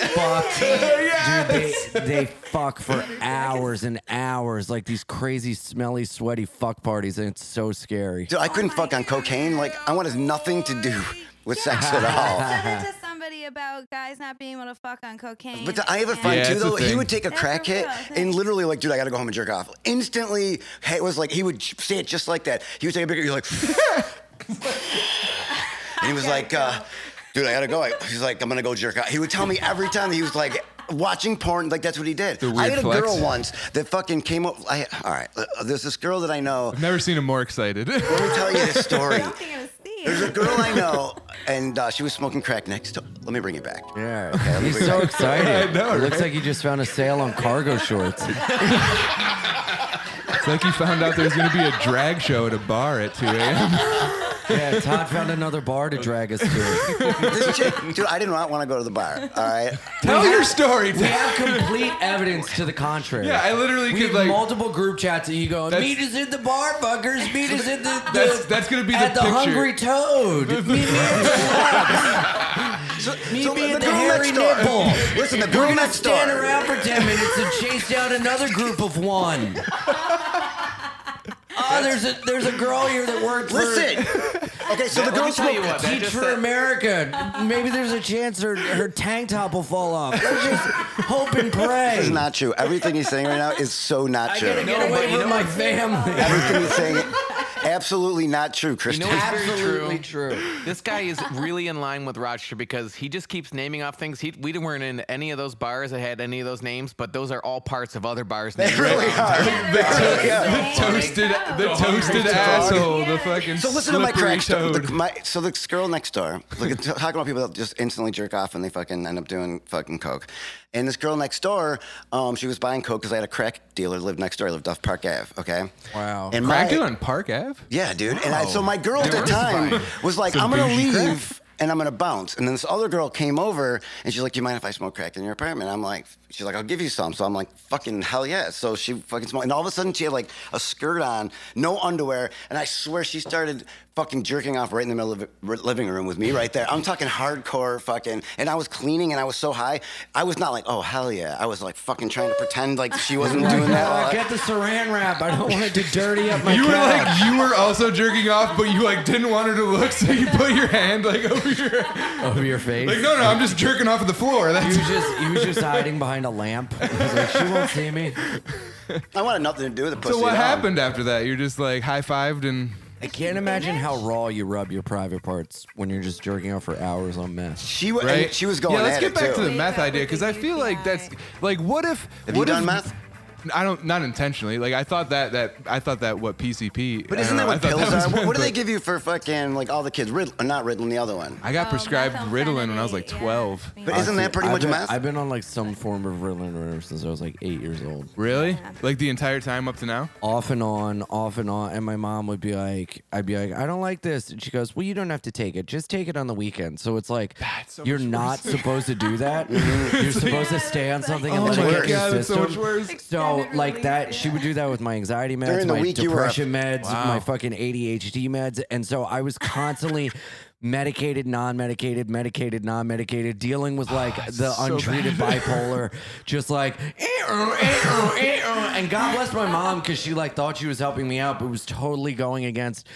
S4: says that.
S3: fuck.
S4: yeah.
S3: Dude, they, they fuck for hours and hours, like these crazy, smelly, sweaty fuck parties, and it's so scary.
S2: Dude, I couldn't fuck on cocaine. Like, I wanted nothing to do with sex at all.
S5: I said it to somebody about guys not being able to fuck on cocaine.
S2: But I have a
S5: and-
S2: friend
S4: Yeah,
S2: too,
S4: it's a
S2: though. He
S4: thing.
S2: would take a
S5: That's
S2: crack
S5: a
S2: hit
S5: real thing.
S2: and literally, like, dude, I gotta go home and jerk off. Instantly, it was like, he would say it just like that. He would take a bigger, he was like, and he was like, uh, dude, I gotta go. I- He's like, I'm gonna go jerk off. He would tell me every time that he was like, Watching porn, like that's what he did.
S4: The weird
S2: I had a
S4: flex.
S2: girl once that fucking came up. I, all right, uh, there's this girl that I know.
S4: I've never seen him more excited.
S2: Let me tell you this story.
S5: I don't think it was Steve.
S2: There's a girl I know, and uh, she was smoking crack next to. Let me bring it back.
S3: Yeah,
S2: me
S3: he's
S2: bring
S3: so
S2: it
S3: excited.
S4: I know,
S3: It looks
S4: right?
S3: like he just found a sale on cargo shorts.
S4: it's like he found out there's gonna be a drag show at a bar at 2 a.m.
S3: yeah, Todd found another bar to drag us to.
S2: This chick, dude, I did not want to go to the bar. All right,
S4: Tell your story.
S3: We have complete evidence to the contrary.
S4: Yeah, I literally
S3: we
S4: could,
S3: have
S4: like-
S3: multiple group chats that you go.
S4: That's-
S3: Meet us in the bar, fuckers. Meet us in the. the
S4: That's- that's gonna be
S3: at
S4: the
S3: the
S4: picture.
S3: Hungry Toad. Meet me at the clubs. Meet me at the, Hairy
S2: door.
S3: Nipple.
S2: Listen, the
S3: We're
S2: girl
S3: gonna
S2: next door.
S3: stand around for ten minutes and chase down another group of one. Oh, there's a there's a girl here that worked for
S2: Listen. Okay, so the
S1: Let me
S2: girl
S1: tell you
S2: smoked.
S1: what. That
S3: Teach
S1: just
S3: for
S1: said-
S3: America. Maybe there's a chance her, her tank top will fall off. Let's just hope and pray.
S2: This is not true. Everything he's saying right now is so not
S3: I
S2: true.
S3: gotta get
S1: No, but
S3: away
S1: you
S3: from
S1: know
S3: my
S1: what's-
S3: family.
S2: Everything he's saying, absolutely not true,
S1: You
S2: Christian.
S1: know what's very
S3: Absolutely
S1: true?
S3: true.
S1: This guy is really in line with Rochester because he just keeps naming off things. He, we weren't in any of those bars that had any of those names, but those are all parts of other bars.
S2: They
S1: named
S2: really
S1: around.
S2: are. They really are.
S4: the toasted, the toasted asshole. The fucking
S2: So listen to my
S4: slippery
S2: crack story. The-
S4: toad.
S2: my- so this girl next door, look, at- talking about people that just instantly jerk off and they fucking end up doing fucking coke. And this girl next door, um, she was buying coke because I had a crack dealer lived next door. I lived off Park Ave. Okay.
S3: Wow.
S2: And
S4: Crack
S2: my-
S4: it on Park Ave.
S2: Yeah, dude. And I, so my girl at the
S4: Diversifying.
S2: time was like,
S4: Some
S2: I'm gonna
S4: bougie
S2: leave
S4: crack.
S2: and I'm gonna bounce. And then this other girl came over and she's like, Do you mind if I smoke crack in your apartment? I'm like, She's like, I'll give you some. So I'm like, fucking hell yeah. So she fucking smoked. And all of a sudden she had like a skirt on, no underwear. And I swear she started fucking jerking off right in the middle of the r- living room with me right there. I'm talking hardcore fucking. And I was cleaning and I was so high. I was not like, oh, hell yeah. I was like fucking trying to pretend like she wasn't doing
S3: I
S2: that.
S3: get the saran wrap. I don't want it to dirty up my.
S4: You were
S3: couch.
S4: like, you were also jerking off, but you like didn't want her to look, so you put your hand like over your,
S3: over your face.
S4: like, no, no, I'm just jerking off at the floor.
S3: He
S4: That's
S3: was just he was just hiding behind a lamp. He was like, she won't see me.
S2: I wanted nothing to do with the pussy.
S4: so. What
S2: at all.
S4: happened after that? You're just like high fived and
S3: I can't imagine how raw you rub your private parts when you're just jerking off for hours on meth.
S2: She, wa- and
S4: right.
S2: she was going
S4: Yeah, let's
S2: at
S4: get
S2: it
S4: back
S2: too.
S4: to the
S5: Wake
S4: meth
S5: up
S4: idea
S5: with
S4: because
S5: the
S4: I feel like that's
S5: UTI.
S4: like, what if?
S2: Have you
S4: what
S2: done
S4: if,
S2: meth?
S4: I don't, not intentionally. Like I thought that that I thought that what PCP.
S2: But
S4: uh, I
S2: isn't that
S4: don't know,
S2: what
S4: I thought
S2: pills
S4: that
S2: are?
S4: was-
S2: What, what do
S4: but
S2: they give you for fucking like all the kids? Riddle, not Ritalin, the other one.
S4: I got
S5: Oh,
S4: prescribed Ritalin when I was like
S5: methamphetamine, yeah.
S4: 12.
S2: But isn't that pretty
S3: I've
S2: much
S3: been,
S2: meth?
S3: I've been on like some form of Ritalin or whatever since I was like eight years old.
S4: Really?
S5: Yeah.
S4: Like the entire time up to now?
S3: off and on, off and on. And my mom would be like, I'd be like, I don't like this. And she goes, Well, you don't have to take it. Just take it on the weekend. So it's like,
S4: That's so
S3: you're
S4: much
S3: not supposed to do that. you're supposed to stay on something and let
S2: my
S3: it
S2: God,
S3: get your
S4: that's so
S3: system.
S4: much worse.
S3: So
S5: Extended
S3: like
S5: release,
S3: that,
S5: yeah.
S3: she would do that with my anxiety meds,
S2: During the
S3: my
S2: week you were-
S3: depression meds,
S4: Wow.
S3: my fucking ADHD meds, and so I was constantly medicated, non-medicated, medicated, non-medicated, dealing with like the
S4: so
S3: untreated bipolar, just like "Eh, oh, eh, oh, eh, oh." and God bless my mom because she like thought she was helping me out, but was totally going against.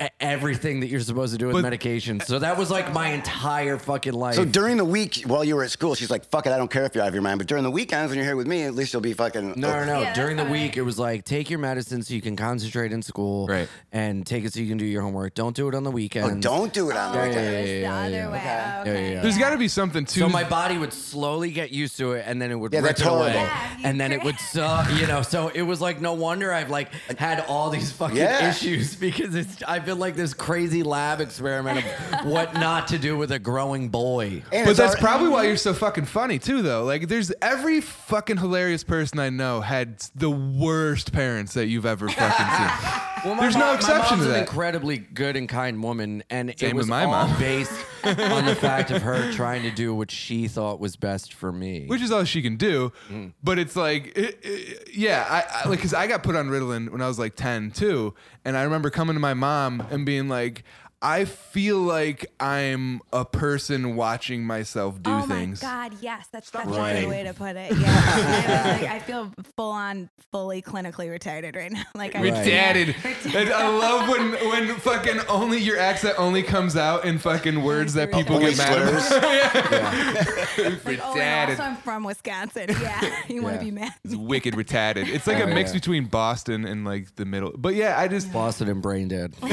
S3: e- Everything that you're supposed to do with
S4: But-
S3: medication. So that was like my entire fucking life.
S2: So during the week while you were at school, she's like, "Fuck it, I don't care if you're out of your mind." But during the weekends when you're here with me, at least you'll be fucking.
S3: No, no, no.
S5: Yeah,
S3: During the
S5: that's
S3: week,
S5: alright.
S3: it was like take your medicine so you can concentrate in school,
S4: Right.
S3: And take it so you can do your homework. Don't do it on the
S2: Oh,
S3: weekends.
S2: don't do it on the
S5: Yeah,
S2: weekend.
S5: yeah, yeah, yeah. Okay.
S2: yeah.
S3: Yeah, yeah, yeah.
S4: There's got to be something to
S3: So my body would slowly get used to it, and then it would
S2: Yeah,
S3: rip
S2: that's
S3: it away,
S2: horrible.
S5: Yeah, you
S3: and then it would suck. You know, so it was like no wonder I've like had all these fucking
S2: Yeah.
S3: issues because it's I've been like this crazy lab experiment of what not to do with a growing boy.
S2: And
S4: But
S2: it's
S4: that's
S2: alre- Mm-hmm.
S4: probably why you're so fucking funny too, though. Like, there's every fucking hilarious person I know had the worst parents that you've ever fucking seen.
S3: Well, my
S4: There's no
S3: mom-
S4: exception
S3: my mom's
S4: to
S3: an
S4: that.
S3: incredibly good and kind woman, and
S4: Same
S3: it
S4: with
S3: was
S4: my
S3: all
S4: mom.
S3: based on the fact of her trying to do what she thought was best for me.
S4: which is all she can do.
S3: Mm.
S4: But it's like, it, it- yeah, I, I like because I got put on Ritalin when I was like ten too, and I remember coming to my mom and being like. I feel like I'm a person watching myself do
S5: oh
S4: things.
S5: my god, yes, that's that's a
S4: whining.
S5: good way to put it. Yeah, I, was like, I feel full on, fully clinically retarded right now. Like I
S3: Right.
S4: Retarded. And I love when when fucking only your accent only comes out in fucking words that people
S2: Only
S4: get mad about.
S2: slurs.
S5: Like, oh, and also I'm from Wisconsin. Yeah, you want
S3: Yeah.
S5: to be mad?
S4: It's wicked retarded. It's like
S3: Oh,
S4: a mix
S3: yeah.
S4: between Boston and like the middle. But yeah, I just
S3: Boston and brain dead.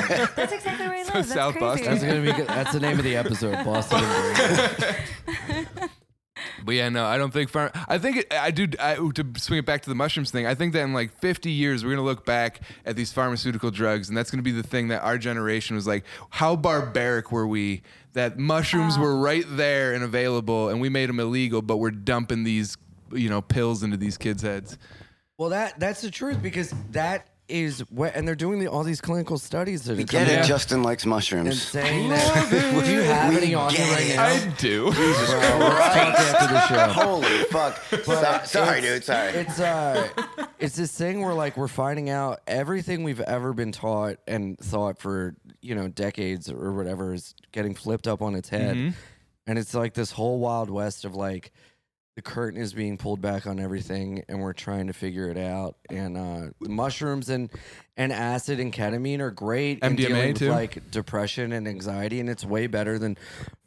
S5: That's exactly where I live.
S4: So
S5: That's
S4: South
S5: crazy.
S4: Boston.
S3: That's gonna be. Good. That's the name of the episode. Boston and brain dead.
S4: But yeah, no, I don't think farm. I think it, I do. I, to swing it back to the mushrooms thing, I think that in like 50 years, we're gonna look back at these pharmaceutical drugs, and that's gonna be the thing that our generation was like, how barbaric were we that mushrooms were right there and available, and we made them illegal, but we're dumping these, you know, pills into these kids' heads.
S3: Well, that that's the truth because that is what, and they're doing the, all these clinical studies that are
S2: Get
S3: coming
S2: it?
S3: out
S2: Justin likes
S3: and
S4: uh,
S2: mushrooms.
S3: saying that. Do you have
S2: We
S3: any on you
S2: get
S3: right
S2: it.
S3: now?
S4: I do.
S3: Bro, let's talk after the show.
S2: Holy fuck! So- sorry, dude. Sorry.
S3: It's uh, it's this thing where like we're finding out everything we've ever been taught and thought for you know decades or whatever is getting flipped up on its head,
S4: Mm-hmm.
S3: and it's like this whole wild west of like the curtain is being pulled back on everything, and we're trying to figure it out. And uh, mushrooms and and acid and ketamine are great. in
S4: MDMA
S3: dealing with,
S4: too?
S3: like depression and anxiety, and it's way better than.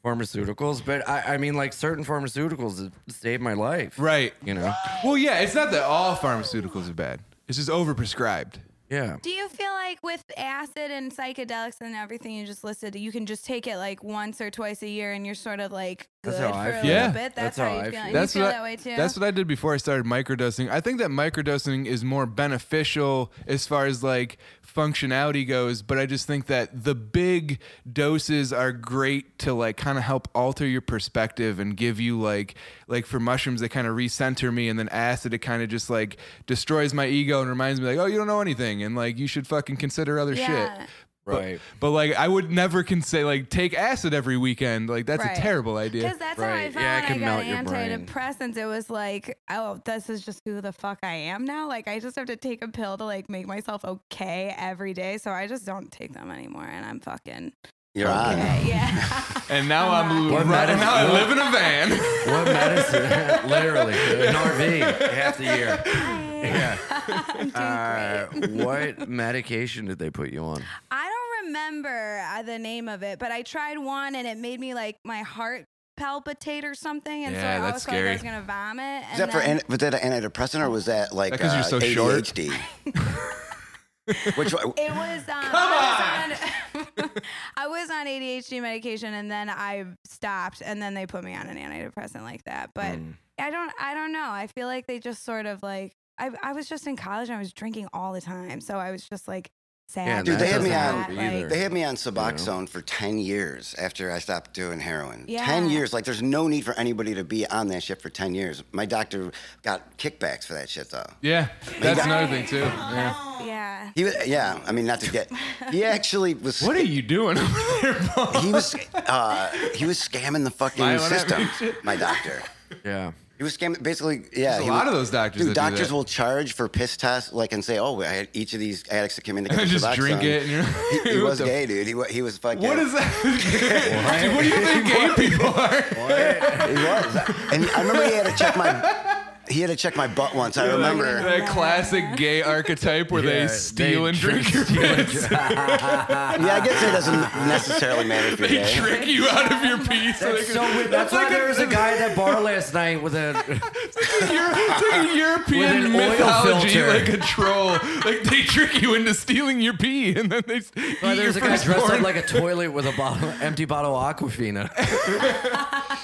S3: Pharmaceuticals, but I, I mean, like certain pharmaceuticals have saved my life.
S4: Right.
S3: You know?
S4: Well, yeah, it's not that all pharmaceuticals are bad. It's just overprescribed.
S3: Yeah.
S5: Do you feel like with acid and psychedelics and everything you just listed, you can just take it like once or twice a year and you're sort of like good
S3: That's how
S5: for
S3: I
S5: a
S3: feel.
S5: little
S4: Yeah.
S5: bit? That's, how, you feel. You
S4: That's
S5: feel
S4: what I-
S5: that way too?
S4: That's what I did before I started microdosing. I think that microdosing is more beneficial as far as like functionality goes, but I just think that the big doses are great to like kind of help alter your perspective and give you like like for mushrooms they kind of recenter me and then acid it kind of just like destroys my ego and reminds me like, "Oh, you don't know anything and like you should fucking consider other
S5: Yeah.
S4: shit." But-
S3: Right.
S4: But, like I would never can say like take acid every weekend. Like that's
S5: Right.
S4: a terrible idea.
S5: Because that's how I
S3: Right.
S5: found
S3: Yeah, it
S5: when
S3: can
S5: I
S3: melt
S5: got
S3: your brain.
S5: antidepressants. It was like, oh, this is just who the fuck I am now. Like, I just have to take a pill to like make myself okay every day. So I just don't take them anymore, and I'm fucking
S2: You're on.
S5: okay. Yeah.
S4: And now I'm,
S3: What
S4: right,
S3: medicine-
S4: now I
S3: Oh what-
S4: live in a van.
S3: What medicine? Literally, an RV half the year. Yeah.
S5: I'm doing
S3: Uh,
S5: great.
S3: what medication did they put you on?
S5: I don't remember uh, the name of it, but I tried one and it made me like my heart palpitate or something, and so
S4: Yeah,
S5: I
S4: that's
S5: always felt like I was
S4: scary.
S5: gonna vomit.
S2: Is
S5: and
S2: that for
S5: then-
S2: an, was that an antidepressant or was that like
S4: That 'cause
S2: uh,
S4: you're so short?
S2: ADHD? Which one?
S5: It was. Um, I, was on, I was on ADHD medication, and then I stopped, and then they put me on an antidepressant like that. But
S3: Hmm.
S5: I don't. I don't know. I feel like they just sort of like. I I was just in college. and I was drinking all the time, so I was just like sad.
S3: Yeah, and
S2: Dude,
S5: and
S2: they had me
S5: sad,
S2: on-
S5: like-
S3: either.
S2: They had me on Suboxone for 10 years after I stopped doing heroin. 10
S5: Yeah.
S2: years. Like, there's no need for anybody to be on that shit for 10 years. My doctor got kickbacks for that shit, though.
S4: Yeah, that's another thing too.
S5: yeah.
S2: He was, yeah, I mean, not to get. He actually was.
S4: What are you doing over there, Paul?
S2: He was, uh, he was scamming the fucking
S4: Why would I
S2: system,
S4: reach it?
S2: my doctor.
S3: Yeah.
S2: He was scamming, basically, yeah.
S4: There's a
S2: he
S4: lot
S2: was-
S4: of those doctors
S2: Dude,
S4: that do
S2: doctors
S4: that.
S2: will charge for piss tests, like, and say, oh, I had each of these addicts that came in to get the
S4: Just
S2: Suboxone.
S4: drink it. And
S2: He,
S4: you're,
S2: he
S4: What
S2: was
S4: the-
S2: gay, dude. He, wa- he was fucking.
S4: What is that? Dude, what do you think gay people are?
S2: He was, and I remember he had to check my he had to check my butt once. I remember.
S4: That classic gay archetype where
S3: Yeah,
S4: they steal
S3: they
S4: and
S3: drink-
S4: drink your piss.
S2: Yeah, I guess it doesn't necessarily matter if you're
S4: They
S2: gay.
S4: trick you out of your piece. so they
S3: That's
S4: can-
S3: so weird. That's why
S4: like
S3: there was a guy at that bar last night with a.
S4: You're- It's like a European
S3: With an oil
S4: mythology,
S3: filter.
S4: like a troll. Like they trick you into stealing your pee, and then they s- eat
S3: Why
S4: your
S3: there's a guy dressed up
S4: firstborn.
S3: like a toilet with a bottle, empty bottle of Aquafina.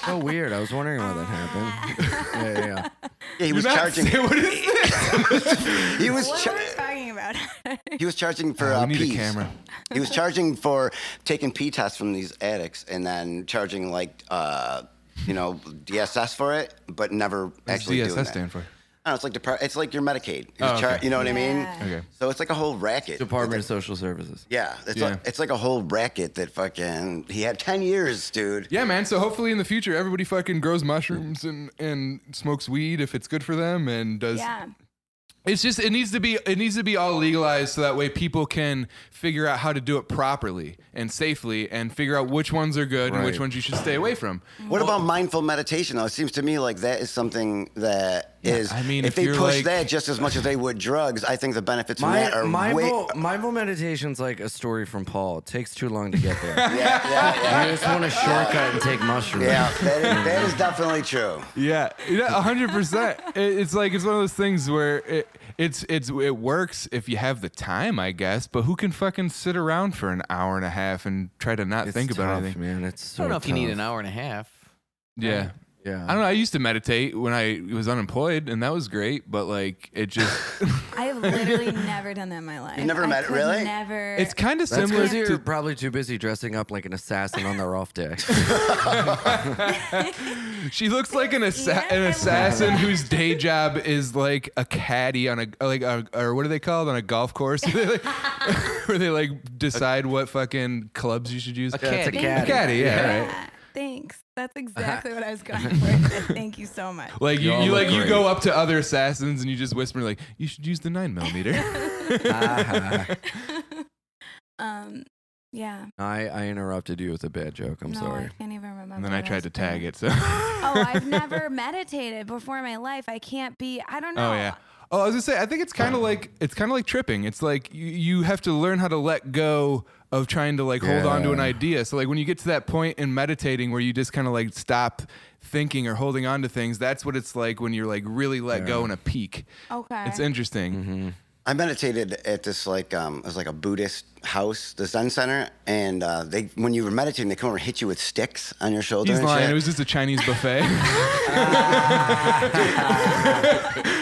S3: so weird. I was wondering why that happened. Yeah, yeah.
S2: Yeah, he
S4: You're
S2: was
S4: not-
S2: charging.
S4: What is this?
S2: He was
S5: What
S2: char-
S5: were we talking about?
S2: he was charging for
S4: Oh,
S2: uh,
S4: we need a
S2: peas.
S4: camera.
S2: He was charging for taking pee tests from these addicts and then charging like uh, you know DSS for it, but never actually doing
S4: DSS
S2: that.
S4: stand for?
S2: I don't know, it's like Depart- it's like your Medicaid. It's
S4: Oh,
S2: char-
S4: okay.
S2: you know what
S5: Yeah.
S2: I mean?
S4: Okay.
S2: So it's like a whole racket.
S3: Department of
S2: It's like-
S3: Social Services.
S2: yeah, it's
S4: Yeah.
S2: like it's like a whole racket that fucking he had ten years, dude.
S4: Yeah, man. So hopefully in the future, everybody fucking grows mushrooms and and smokes weed if it's good for them and does.
S5: Yeah.
S4: It's just it needs to be it needs to be all legalized so that way people can figure out how to do it properly and safely and figure out which ones are good and which
S3: Right.
S4: ones you should stay away from.
S2: What about mindful meditation though? It seems to me like that is something that is.
S4: I mean,
S2: if,
S4: if
S2: they
S4: you're
S2: push
S4: like-
S2: that just as much as they would drugs, I think the benefits from that
S3: My,
S2: are way.
S3: mindful, mindful meditation's like a story from Paul. It takes too long to get there. yeah,
S2: yeah, yeah.
S3: You just want a shortcut and take mushrooms.
S2: Yeah, that is, that is definitely true.
S4: Yeah, a hundred percent. It- It's like it's one of those things where it, it's it's it works if you have the time, I guess. But who can fucking sit around for an hour and a half and try to not
S3: It's
S4: think about
S3: tough,
S4: anything?
S3: man. It's so
S1: I don't know if you need an
S3: tough.
S1: hour and a half.
S4: Yeah.
S3: Yeah.
S4: I don't know. I used to meditate when I was unemployed, and that was great. But like, it just—it's
S5: I've literally never done that in my life.
S2: You've never
S5: I
S2: met-
S5: could
S2: really?
S5: Never.
S4: kind of
S3: That's
S4: similar
S3: because you're
S4: to.
S3: probably too busy dressing up like an assassin on their off day.
S4: She looks like an, assa-
S5: Yeah, I
S4: an
S5: love
S4: assassin whose day job is like a caddy on a like a, or what are they called on a golf course? Where they like, where they like decide what fucking clubs you should use.
S1: Yeah, it's a
S5: Thank
S1: caddy.
S5: you.
S4: Caddy, yeah, right. Uh-huh.
S5: Thanks. That's exactly what I was going for. Thank you so much.
S4: Like you,
S3: Y'all
S4: you
S3: look
S4: like you
S3: great.
S4: go up to other assassins and you just whisper like, you should use the nine millimeter.
S3: I,
S5: Um, yeah.
S3: I interrupted you with a bad joke. I'm
S5: no, I
S3: sorry.
S5: can't even remember.
S4: and then I
S5: what
S4: tried
S5: was
S4: to tag
S5: doing.
S4: it. So.
S5: oh, I've never meditated before in my life. I can't be. I don't know.
S4: Oh yeah. Oh, I was gonna say, I think it's kind of like it's kind of like tripping. It's like you, you have to learn how to let go of trying to like hold on to an
S3: Yeah.
S4: idea. So like when you get to that point in meditating where you just kind of like stop thinking or holding on to things, that's what it's like when you're like really let go in a peak.
S5: Okay.
S4: It's interesting.
S2: I meditated at this like um, it was like a Buddhist house, the Zen Center, and uh, they when you were meditating, they come over and hit you with sticks on your shoulder.
S4: He's
S2: and
S4: lying.
S2: shit.
S4: It was just a Chinese buffet.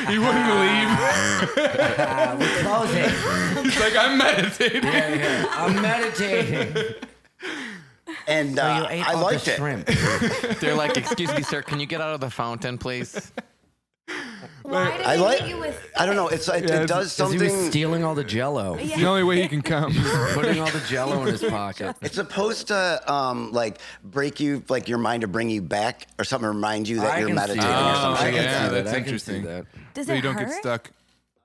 S4: he wouldn't leave.
S3: Uh, we're closing.
S4: He's like, I'm meditating.
S3: I'm meditating.
S2: and uh, I liked it.
S1: They're like, "Excuse me, sir, can you get out of the fountain, please?"
S5: Why did
S2: I
S5: they
S2: like.
S5: hit you with?
S2: I don't know. It's like
S4: Yeah,
S2: it
S4: it's-
S2: does
S3: Because he was
S2: something.
S3: stealing all the jello,
S5: Yeah.
S4: The only way he can come.
S3: putting all the jello in his pocket.
S2: It's supposed to um, like break you, like your mind to bring you back or something, to remind you that
S3: I
S2: you're
S3: can see
S2: meditating
S3: that.
S2: or
S4: Oh,
S2: something.
S3: I can
S4: yeah,
S3: see that.
S4: that's
S3: I can see
S4: interesting.
S3: that.
S5: Does
S4: so
S5: it
S4: you don't
S5: hurt?
S4: get stuck.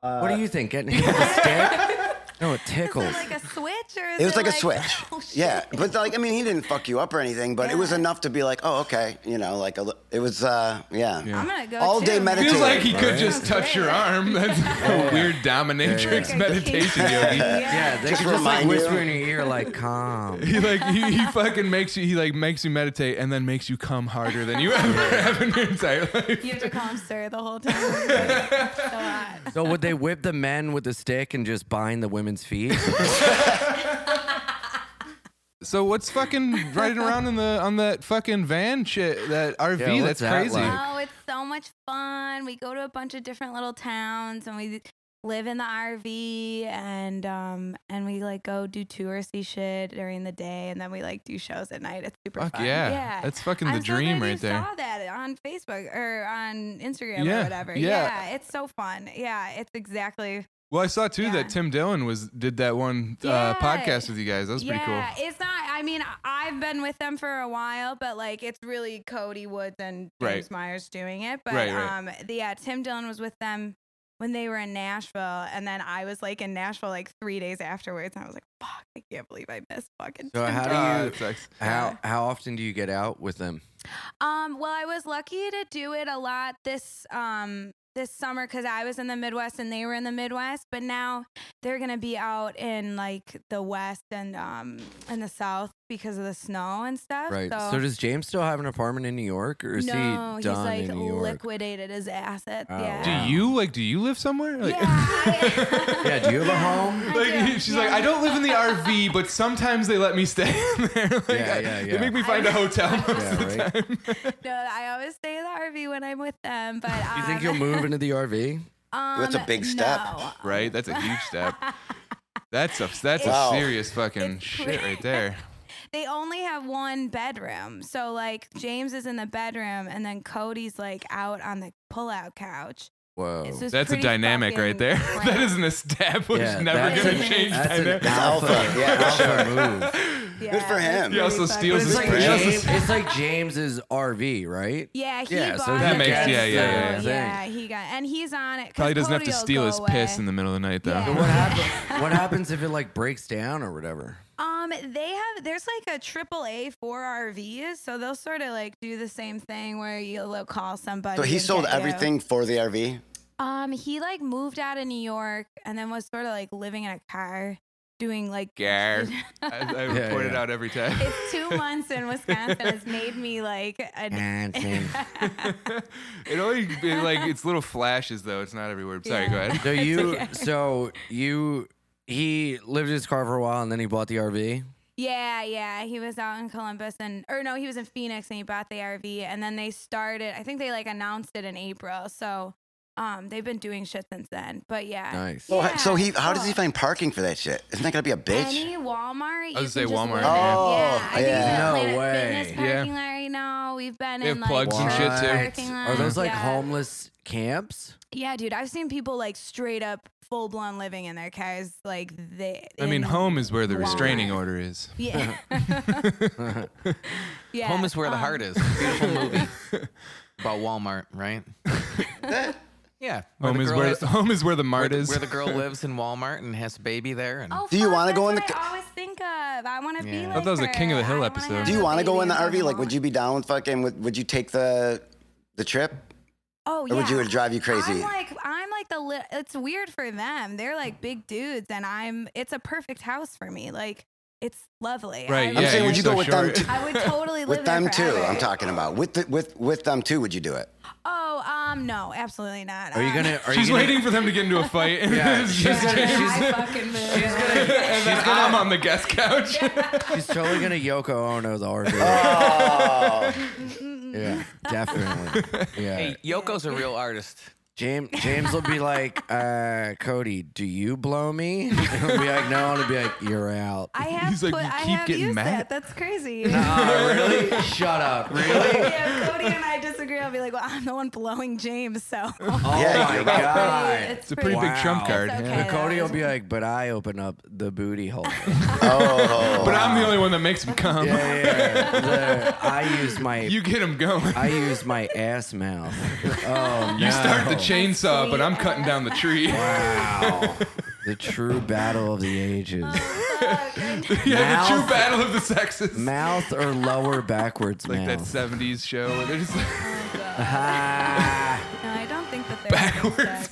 S3: what do you think? Getting hit with a stick? No, it
S5: Is
S3: tickles.
S5: it like a switch or is
S2: It was like a
S5: like-
S2: switch.
S5: Oh, shit.
S2: yeah, but like I mean, he didn't fuck you up or anything, but it was
S5: Yeah.
S2: enough to be like, oh, okay, you know, like a, li- it was, uh, yeah.
S5: I'm gonna go
S2: All
S5: too,
S2: day
S5: man.
S2: meditating.
S4: Feels like he could
S3: Right?
S4: just touch your arm. That's a weird dominatrix
S5: Like a
S4: meditation
S5: king.
S4: yogi.
S3: yeah, they
S2: Just
S3: could just like
S2: remind you.
S3: whisper in your ear, like, calm.
S4: He like he, he fucking makes you he like makes you meditate and then makes you come harder than you ever have in your entire life.
S5: You have to call him sir the whole time. so hot.
S3: So would they whip the men with the stick and just bind the women's feet?
S4: So what's fucking riding around in the on that fucking van shit that RV?
S3: Yeah, what's
S4: that's
S3: that
S4: crazy.
S3: like?
S5: Oh, it's so much fun. We go to a bunch of different little towns and we live in the RV and um and we like go do touristy shit during the day and then we like do shows at night. It's super
S4: Fuck
S5: fun.
S4: yeah. That's fucking the
S5: I'm so
S4: dream
S5: glad
S4: right
S5: you
S4: there.
S5: Uh, Saw that on Facebook or on Instagram
S4: Yeah,
S5: or whatever.
S4: yeah.
S5: Yeah. it's so fun. Yeah, it's exactly.
S4: Well, I saw too
S5: Yeah.
S4: that Tim Dillon was did that one uh,
S5: Yeah.
S4: podcast with you guys. That was pretty cool.
S5: yeah, it's not. I mean, I've been with them for a while, but like it's really Cody Woods and
S4: Right.
S5: James Myers doing it. But
S4: Right, right.
S5: um, the, yeah, Tim Dillon was with them when they were in Nashville, and then I was like in Nashville like three days afterwards, and I was like, "Fuck, I can't believe I missed fucking."
S3: So
S5: Tim
S3: how do
S5: Dillon.
S4: Ah,
S3: you-
S4: that sucks.
S3: How how often do you get out with them?
S5: Um, well, I was lucky to do it a lot this um this summer because I was in the Midwest and they were in the Midwest, but now they're gonna be out in like the West and um and the South because of the snow and stuff.
S3: Right.
S5: So,
S3: So, does James still have an apartment in New York, or is he
S5: uh, no,
S3: done
S5: he's like
S3: in New York?
S5: liquidated his assets.
S3: Oh,
S5: yeah.
S4: Do
S3: wow.
S4: you like do you live somewhere? Like,
S5: Yeah.
S3: Yeah. Do you have a home?
S5: I
S4: Like
S5: do.
S4: she's like, I don't live in the RV, but sometimes they let me stay in there. Like,
S3: Yeah,
S4: I-
S3: yeah,
S4: They
S3: yeah.
S4: make me find a hotel most of the
S3: Yeah, right.
S4: time.
S5: no, I always stay in the RV when I'm with them, but um,
S3: You think you'll move into the RV?
S5: Um,
S2: That's a big step.
S5: no.
S4: Right? That's a huge step. That's a that's
S2: Wow.
S4: a serious fucking
S5: It's
S4: shit right there.
S5: they only have one bedroom. So like James is in the bedroom and then Cody's like out on the pullout couch
S3: Whoa.
S5: It's just
S4: Oh, That's a
S5: pretty
S4: dynamic right
S5: fucking
S4: there. that
S5: frank.
S4: is an established,
S3: Yeah,
S4: never
S3: that's
S4: going
S5: a-
S4: to change
S3: that's an
S4: dynamic.
S2: alpha. Yeah,
S3: alpha move.
S5: Yeah,
S2: Good for
S5: that's
S2: him.
S4: He also
S5: really fucking-
S3: But
S4: steals
S3: it's
S4: his
S3: like
S4: friend.
S2: Yes.
S3: James, it's like James's RV, right?
S5: Yeah, he
S3: Yeah, so
S5: bought
S3: he
S5: it.
S4: That makes- yeah, yeah, yeah,
S5: so,
S3: yeah.
S5: yeah, he got and he's on it. 'cause
S4: Probably doesn't have to
S5: Cody'll
S4: steal
S5: go
S4: his piss
S5: away.
S4: in the middle of the night, though.
S5: Yeah.
S3: But what happens? What happens if it like breaks down or whatever?
S5: Um, they have there's like a triple A for RVs, so they'll sort of like do the same thing where you'll they'll call somebody.
S2: So he
S5: and
S2: sold
S5: get you.
S2: everything for the RV.
S5: Um, he like moved out of New York and then was sort of like living in a car, doing like
S4: Gar. I, I
S3: Yeah,
S4: point it
S3: yeah.
S4: out every time.
S5: It's two months in Wisconsin has made me like an.
S3: Wisconsin.
S4: it only it, like it's little flashes though. It's not everywhere. Sorry,
S5: Yeah.
S4: go ahead.
S3: So you, so you, he lived in his car for a while and then he bought the RV.
S5: Yeah, yeah. He was out in Columbus and or no, he was in Phoenix and he bought the RV and then they started. I think they like announced it in April, so um, they've been doing shit since then. But yeah.
S3: Nice.
S2: Oh,
S5: Yeah,
S2: so he, how does
S5: cool.
S2: he find parking for that shit? Isn't that gonna be a bitch?
S5: Any Walmart. you
S4: gonna say
S5: can just
S4: Walmart,
S5: live
S4: yeah.
S5: in.
S2: Oh,
S5: yeah. I think
S2: yeah.
S5: it's
S3: No
S5: Planet
S3: way.
S5: Fitness
S4: Yeah.
S5: parking lot right now. We've been
S4: They
S5: in
S4: have
S5: like
S4: plugs and shit, too.
S5: church parking
S3: Are those
S5: lots.
S3: like
S5: yeah.
S3: homeless camps?
S5: Yeah, dude. I've seen people like straight up full blown living in their cars. Like they.
S4: I mean,
S5: in-
S4: home is where the restraining
S5: Walmart.
S4: order is.
S5: Yeah. yeah.
S1: Home is where the
S5: um,
S1: heart is. Beautiful movie about Walmart, right? yeah.
S4: Home is
S1: girl
S4: where
S1: has
S4: the,
S1: to-
S4: home is where the
S1: where
S4: mart
S1: the-
S4: is.
S1: where the girl lives in Walmart and has a baby there. And
S5: Oh,
S2: Do you
S5: fuck,
S2: wanna go
S5: that's
S2: in the
S5: what I always think of. I want to be
S1: Yeah. I
S5: like.
S1: thought
S4: that was a
S5: her.
S4: King of the Hill
S5: I wanna
S4: episode.
S5: have
S2: Do
S5: a
S2: you want to
S5: baby
S2: go in the
S5: and go
S2: RV? Like,
S5: Walmart.
S2: would you be down with fucking? Would, would you take the the trip?
S5: Oh yeah.
S2: Or would you- would it drive you
S5: I'm
S2: crazy?
S5: like I'm like the li- it's weird for them. They're like big dudes, and I'm it's a perfect house for me. Like it's lovely.
S4: right.
S5: I,
S4: yeah.
S2: saying,
S4: you're
S2: would you
S4: so
S2: go with them
S4: short.
S2: too?
S5: I would totally live
S2: With them
S5: there
S2: too,
S5: forever.
S2: I'm talking about. With the, with with them too, would you do it?
S5: Oh um no, absolutely not.
S3: Are you
S5: Um,
S3: gonna? Are
S4: She's
S3: you gonna,
S4: waiting for them to get into a fight. And
S3: Yeah,
S4: it's
S3: she's
S5: Yeah,
S4: just
S3: gonna-
S4: James.
S3: she's-
S5: I fucking move.
S4: and then I'm on the guest couch.
S3: She's totally gonna Yoko Ono the RV. yeah, definitely. Yeah.
S1: hey, Yoko's a real artist.
S3: James James will be like, uh, Cody, do you blow me? And he'll be like, no. And he'll be like, you're out.
S5: I have
S4: He's like,
S5: put,
S4: "You
S5: I
S4: keep
S5: have
S4: getting
S5: used
S4: mad."
S5: that. That's crazy.
S3: Oh, really? Shut up. Really?
S5: yeah, Cody and I disagree. I'll be like, well, I'm the one blowing James, so.
S3: Oh
S2: Yeah,
S3: my
S2: you're right.
S3: god.
S4: It's a pretty big trump
S3: Wow.
S4: card.
S5: It's
S4: yeah.
S5: okay.
S3: But Cody will be like, but I open up the booty hole.
S2: Oh,
S4: But I'm the only one that makes him come.
S3: Yeah, yeah, yeah. The- I use my
S4: You get him going.
S3: I use my ass mouth. Oh no.
S4: You start the chainsaw, but I'm cutting down the tree.
S3: Wow. The true battle of the
S5: Oh,
S3: ages.
S4: yeah, the true
S3: Mouth.
S4: battle of the sexes.
S3: Mouth or lower backwards
S4: like that
S3: mouth.
S4: 70s show where they're just like,
S3: Ah.
S5: No, I don't think that they're
S4: backwards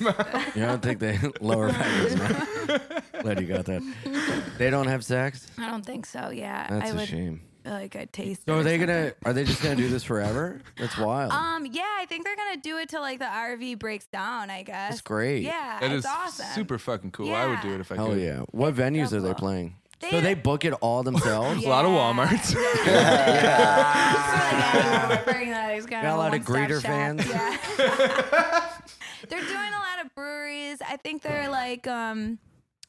S4: mouth.
S3: You don't think they lower backwards mouth. Glad you got that. They don't have sex?
S5: I don't think so. Yeah,
S3: That's
S5: I
S3: a
S5: would
S3: shame.
S5: feel like I'd taste.
S3: So
S5: it
S3: are
S5: or
S3: they gonna
S5: something.
S3: are they just gonna do this forever? That's wild.
S5: Um. Yeah, I think they're gonna do it till like the RV breaks down. I guess.
S3: That's great.
S5: Yeah,
S4: That
S5: it's
S4: is
S5: awesome.
S4: super fucking cool. I would
S5: Yeah.
S4: do it if I
S3: Hell
S4: could.
S3: yeah. What venues are they
S5: cool.
S3: playing? so
S5: They-
S3: they book it all themselves?
S4: A lot of
S5: Yeah.
S4: Walmarts.
S5: Got
S3: Got a lot of greeter fans.
S5: Yeah. they're doing a lot of breweries. I think they're like um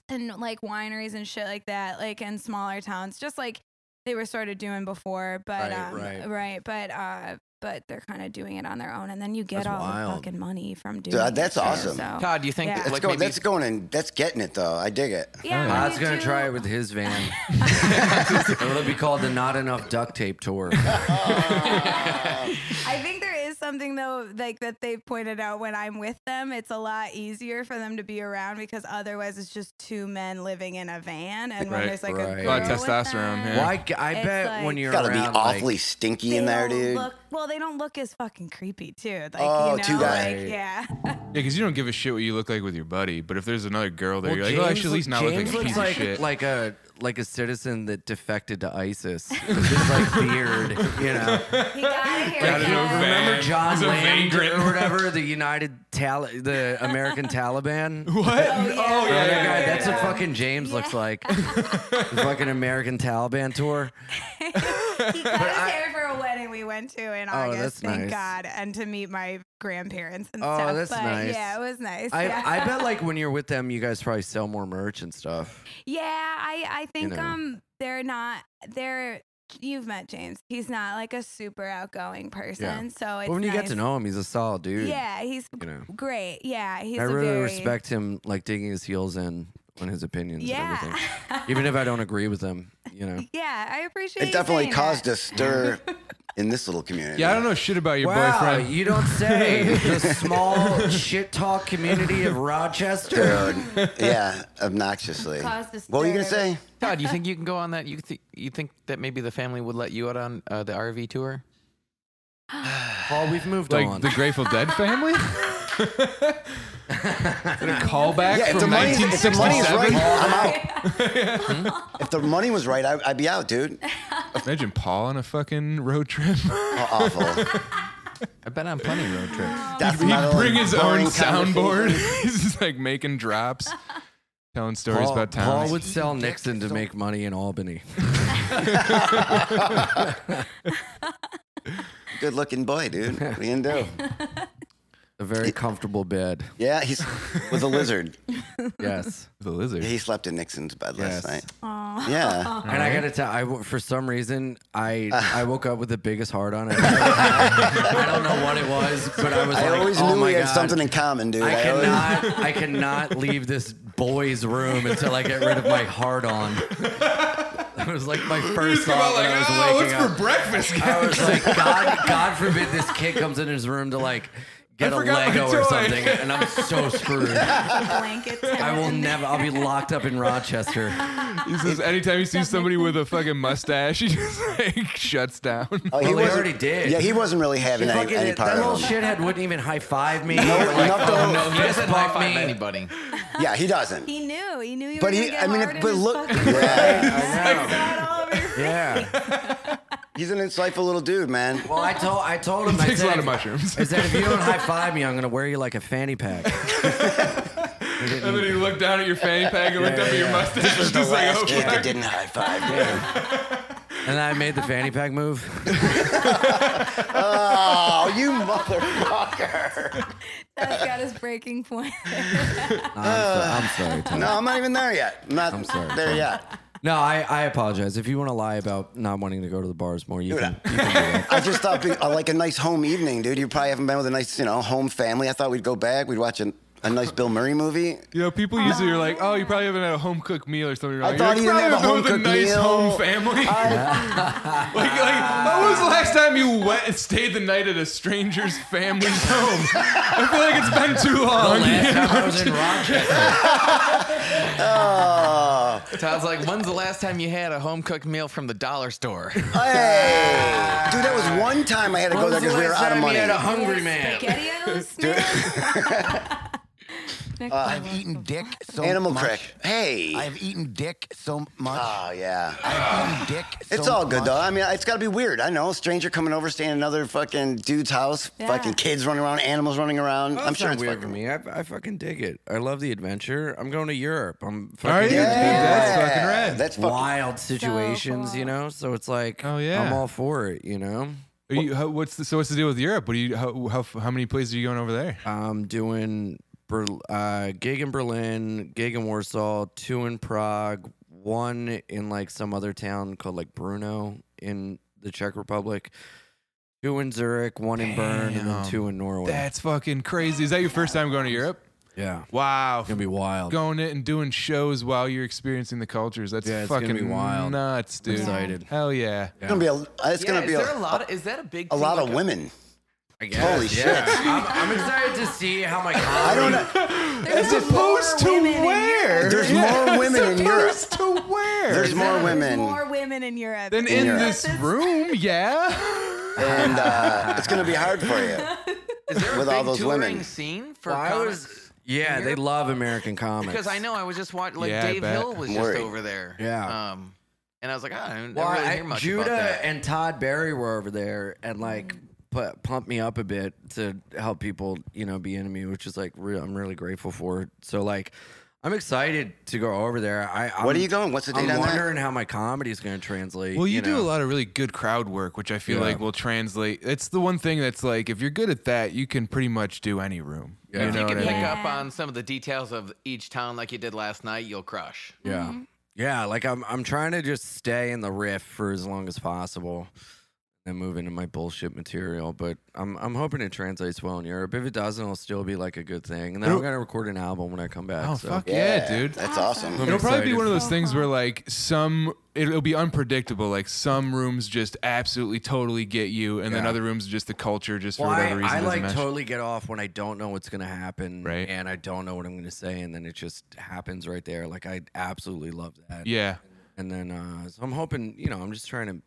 S5: and like wineries and shit like that, like in smaller towns, just like they were sort of doing before, but
S3: Right,
S5: um
S3: right.
S5: right, but uh but they're kind of doing it on their own, and then you get
S3: That's
S5: all
S3: wild.
S5: the fucking money from doing.
S2: Dude, that's
S5: it, too,
S2: awesome.
S5: so-
S1: Todd, do you think
S5: Oh, Yeah.
S1: that,
S2: that's
S1: like
S2: going.
S1: maybe
S2: That's going and that's getting it though. I dig it.
S5: Yeah, when
S3: Todd's
S5: you
S3: gonna
S5: do-
S3: try it with his van. It'll be called the Not Enough Duct Tape Tour.
S5: I think there is something though, like that they pointed out when I'm with them, it's a lot easier for them to be around because otherwise it's just two men living in a van, and when
S4: Right.
S5: there's like
S3: Right.
S5: a
S3: A
S5: girl
S3: lot
S4: of
S5: with
S4: testosterone,
S5: them,
S4: yeah.
S3: Why? I,
S5: It's
S3: bet
S5: like-
S3: when you're
S2: Gotta be
S3: around,
S2: awfully
S3: like,
S2: stinky
S5: they
S2: in there,
S5: don't
S2: dude.
S5: Look, well, they don't look as fucking creepy too. Like,
S2: Oh,
S5: you know,
S2: two guys.
S5: Like, yeah.
S4: yeah, because you don't give a shit what you look like with your buddy. But if there's another girl there,
S3: well,
S4: you're like,
S3: James,
S4: oh, I should at least not look like
S3: James
S4: a piece
S3: looks
S4: of
S3: like
S4: shit.
S3: like a like a citizen that defected to ISIS, just like beard, you know.
S5: He got
S4: Got
S5: a
S4: it
S5: haircut.
S4: over.
S3: Remember
S4: Van.
S3: John
S4: He's a
S3: Land
S4: vagrant.
S3: or whatever, the United Tal, the American Taliban.
S4: what? Oh,
S5: yeah.
S4: yeah,
S3: Oh, that
S4: yeah, yeah,
S3: guy,
S4: yeah.
S3: that's what fucking James looks like. the fucking American Taliban tour.
S5: He cut his hair for a wedding we went to in August.
S3: Oh, that's
S5: thank
S3: nice.
S5: God, and to meet my grandparents and
S3: Oh,
S5: stuff.
S3: that's
S5: but
S3: nice.
S5: Yeah, it was nice.
S3: I,
S5: yeah.
S3: I bet like when you're with them, you guys probably sell more merch and stuff.
S5: Yeah, I I think
S3: know.
S5: um they're not they're you've met James. He's not like a super outgoing person, so it's
S3: But when you get
S5: nice.
S3: to know him, he's a solid dude.
S5: yeah, he's
S3: You know.
S5: great. Yeah, he's.
S3: I
S5: a
S3: really
S5: very,
S3: respect him, like digging his heels in on his opinions
S5: Yeah,
S3: and everything, even if I don't agree with him. You know.
S5: yeah, I appreciate.
S2: It definitely caused
S5: us.
S2: a stir in this little community.
S4: Yeah, I don't know shit about your
S3: Wow,
S4: boyfriend.
S3: you don't say. the small shit talk community of Rochester.
S2: Dude, yeah, obnoxiously.
S5: Caused a
S2: What were you gonna
S5: stir.
S2: say?
S1: Todd, you think you can go on that? You think you think that maybe the family would let you out on uh, the RV tour?
S3: Paul, we've moved on.
S4: like the Grateful Dead family. callback
S2: Yeah, if
S4: from
S2: the money's, if the money's
S4: 1967.
S2: right, I'm out. if the money was right, I, I'd be out, dude.
S4: Imagine Paul on a fucking road trip.
S2: How awful.
S1: I've been on plenty of road trips.
S2: Death
S4: He'd
S2: metal
S4: bring
S2: and
S4: his own
S2: boring
S4: soundboard.
S2: conversation.
S4: He's just like making drops, telling stories
S3: Paul,
S4: about
S3: Paul
S4: towns.
S3: would sell Nixon to make money in Albany.
S2: Good looking boy, dude. What are you gonna do?
S3: A very comfortable bed.
S2: Yeah, he's with a lizard.
S3: Yes.
S4: the lizard.
S2: He slept in Nixon's bed last
S3: Yes.
S2: night. Yeah.
S3: And I gotta tell, I w- for some reason I I woke up with the biggest heart on it. I don't know what it was, but I was
S2: I
S3: like,
S2: always
S3: oh
S2: knew
S3: my
S2: we had
S3: God,
S2: something in common, dude.
S3: I
S2: always-
S3: cannot I cannot leave this boy's room until I get rid of my heart on. It was like my first thought when I was
S4: "Ah,
S3: waking up.
S4: "Oh, breakfast?
S3: I was like, God, God forbid this kid comes in his room to like get a
S4: forgot my
S3: Lego or
S4: toy."
S3: something, and I'm so screwed.
S5: blanket.
S3: I will never. I'll be locked up in Rochester.
S4: He says anytime he sees somebody with a fucking mustache, he just like shuts down.
S2: Oh,
S3: Well, they
S2: wasn't-
S3: already did.
S2: Yeah, he wasn't really having any,
S3: Fucking-
S2: any part
S3: that little
S2: of it.
S3: shithead wouldn't even high five me.
S2: No,
S3: Like,
S2: not the
S3: oh,
S2: whole-
S3: no, he just bumped me.
S1: anybody.
S2: Yeah, he doesn't.
S5: He knew. He knew you
S2: But
S5: were
S2: he,
S5: gonna get
S2: I mean,
S5: hard
S2: if,
S5: in
S2: but
S5: his
S2: look,
S5: fucking-
S2: yeah,
S5: all over your
S3: Yeah.
S2: he's an insightful little dude, man.
S3: Well, I told I told him. I
S4: Takes a
S3: said,
S4: lot of mushrooms.
S3: I said if you don't high five me, I'm gonna wear you like a fanny pack. He didn't-
S4: And then he looked down at your fanny pack and looked up at your mustache.
S2: This was
S4: Just
S2: the
S4: like,
S2: last
S4: oh,
S2: kid
S4: fuck.
S2: that didn't high five. me.
S3: and I made the fanny pack move.
S2: Oh, you motherfucker!
S5: That's got his breaking point.
S3: I'm, so, I'm sorry. Tom.
S2: No, I'm not even there yet. I'm not
S3: I'm sorry,
S2: there
S3: Tom.
S2: yet.
S3: No, I, I apologize. If you want to lie about not wanting to go to the bars more, you
S2: Dude,
S3: can.
S2: I- I just thought being, uh, like a nice home evening, dude. You probably haven't been with a nice, you know, home family. I thought we'd go back. We'd watch a, a nice Bill Murray movie.
S4: You know, people usually are like, "Oh, you probably haven't had a home cooked meal or something." You're
S2: I
S4: like,
S2: thought
S4: "You're
S2: he didn't have a
S4: probably
S2: home
S4: with
S2: cooked
S4: nice
S2: meal."
S4: home family. like, like, when was the last time you went and stayed the night at a stranger's family's home? I feel like it's been too long.
S3: Last time I was in Rochester.
S2: Oh,
S1: Todd's like, when's the last time you had a home cooked meal from the dollar store?
S2: hey, dude, that was one time I had to go there because we were out of money.
S3: had a hungry man.
S5: Spaghettios, man.
S2: Uh,
S5: Nick,
S6: I've eaten dick so
S2: Animal
S6: much.
S2: crack. Hey.
S6: I've eaten dick so much.
S2: Oh yeah.
S6: I've eaten dick so
S2: It's all good
S6: much.
S2: though. I mean, it's got to be weird. I know, stranger coming over, staying in another fucking dude's house,
S5: Yeah.
S2: fucking kids running around, animals running around. I'm
S3: That's
S2: sure
S3: not
S2: it's
S3: weird for
S2: fucking
S3: me. I, I fucking dig it. I love the adventure. I'm going to Europe. I'm fucking
S4: Are you?
S3: doing
S4: Yeah.
S3: big
S4: That's fucking rad.
S2: That's fucking.
S3: wild situations,
S5: cool.
S3: you know. So it's like,
S4: Oh, yeah.
S3: I'm all for it, you know.
S4: Are you, how, what's the, so? What's the deal with Europe? What do you? How, how, how many places are you going over there?
S2: Um,
S3: I'm doing Ber- uh, gig in Berlin, gig in Warsaw, two in Prague, one in like some other town called like Bruno in the Czech Republic, two in Zurich, one in Bern, and then
S4: Damn.
S3: two in Norway.
S4: That's fucking crazy. Is that your first time going to Europe?
S3: yeah,
S4: Wow.
S3: gonna be wild.
S4: Going it and doing shows while you're experiencing the cultures. That's
S3: Yeah, it's gonna
S4: fucking
S3: be wild.
S4: nuts, dude.
S3: Excited.
S4: Hell yeah.
S2: It's gonna be a. uh, It's gonna be
S1: is there a
S2: a,
S1: lot? Of, is that a big?
S2: a
S1: thing,
S2: lot of
S1: like
S2: women.
S3: I guess.
S2: Holy
S3: yeah.
S2: shit.
S3: I'm, I'm excited to see how my comedy.
S2: I don't know.
S5: There's more women in
S2: There's more women
S5: Europe.
S2: in Europe.
S4: Supposed to where?
S2: There's more women,
S5: More women in Europe.
S4: Then in
S2: Europe.
S4: this room, yeah.
S2: and uh, it's gonna be hard for you.
S1: Is there a
S2: with
S1: big
S2: all those
S1: touring
S2: women.
S1: scene for
S3: Well, I
S1: comics?
S3: was, yeah, they love American comics.
S1: Because I know I was just watching, like
S4: Yeah, I
S1: Dave
S4: bet.
S1: Hill was
S2: I'm
S1: just
S2: worried.
S1: over there.
S3: Yeah.
S1: Um, and I was like, "Ah, I didn't
S3: Well,
S1: really
S3: I-
S1: hear much
S3: Judah
S1: about that.
S3: and Todd Barry were over there and like pu- pumped me up a bit to help people, you know, be into me, which is like real, I'm really grateful for. So like, I'm excited to go over there. I I'm,
S2: What are you going? What's the date
S3: I'm
S2: on that?
S3: wondering how my comedy is going to translate.
S4: Well, you, do
S3: know.
S4: a lot of really good crowd work, which I feel
S3: Yeah.
S4: like will translate. It's the one thing that's like, if you're good at that, you can pretty much do any room.
S3: Yeah.
S4: You know
S1: you
S4: what
S1: can
S4: I
S1: pick
S4: mean?
S5: Yeah.
S4: Mm-hmm.
S1: up on some of the details of each town like you did last night. You'll crush.
S3: Yeah. Yeah, like I'm I'm trying to just stay in the riff for as long as possible and move into my bullshit material, but I'm I'm hoping it translates well in Europe. If it doesn't, it'll still be like a good thing. And then I'm gonna record an album when I come back.
S4: Oh
S3: so.
S4: fuck yeah, dude!
S2: That's awesome.
S3: I'm
S4: It'll probably be
S3: excited.
S4: one of those
S5: Oh,
S4: things
S5: wow.
S4: where like some it'll be unpredictable. Like some rooms just absolutely totally get you, and then
S3: Yeah.
S4: other rooms just the culture just for
S3: Well, I,
S4: whatever reason
S3: I
S4: doesn't
S3: like
S4: mesh.
S3: totally get off when I don't know what's gonna happen,
S4: Right.
S3: And I don't know what I'm gonna say, and then it just happens right there. Like I absolutely love that.
S4: Yeah,
S3: And then uh, so I'm hoping, you know, I'm just trying to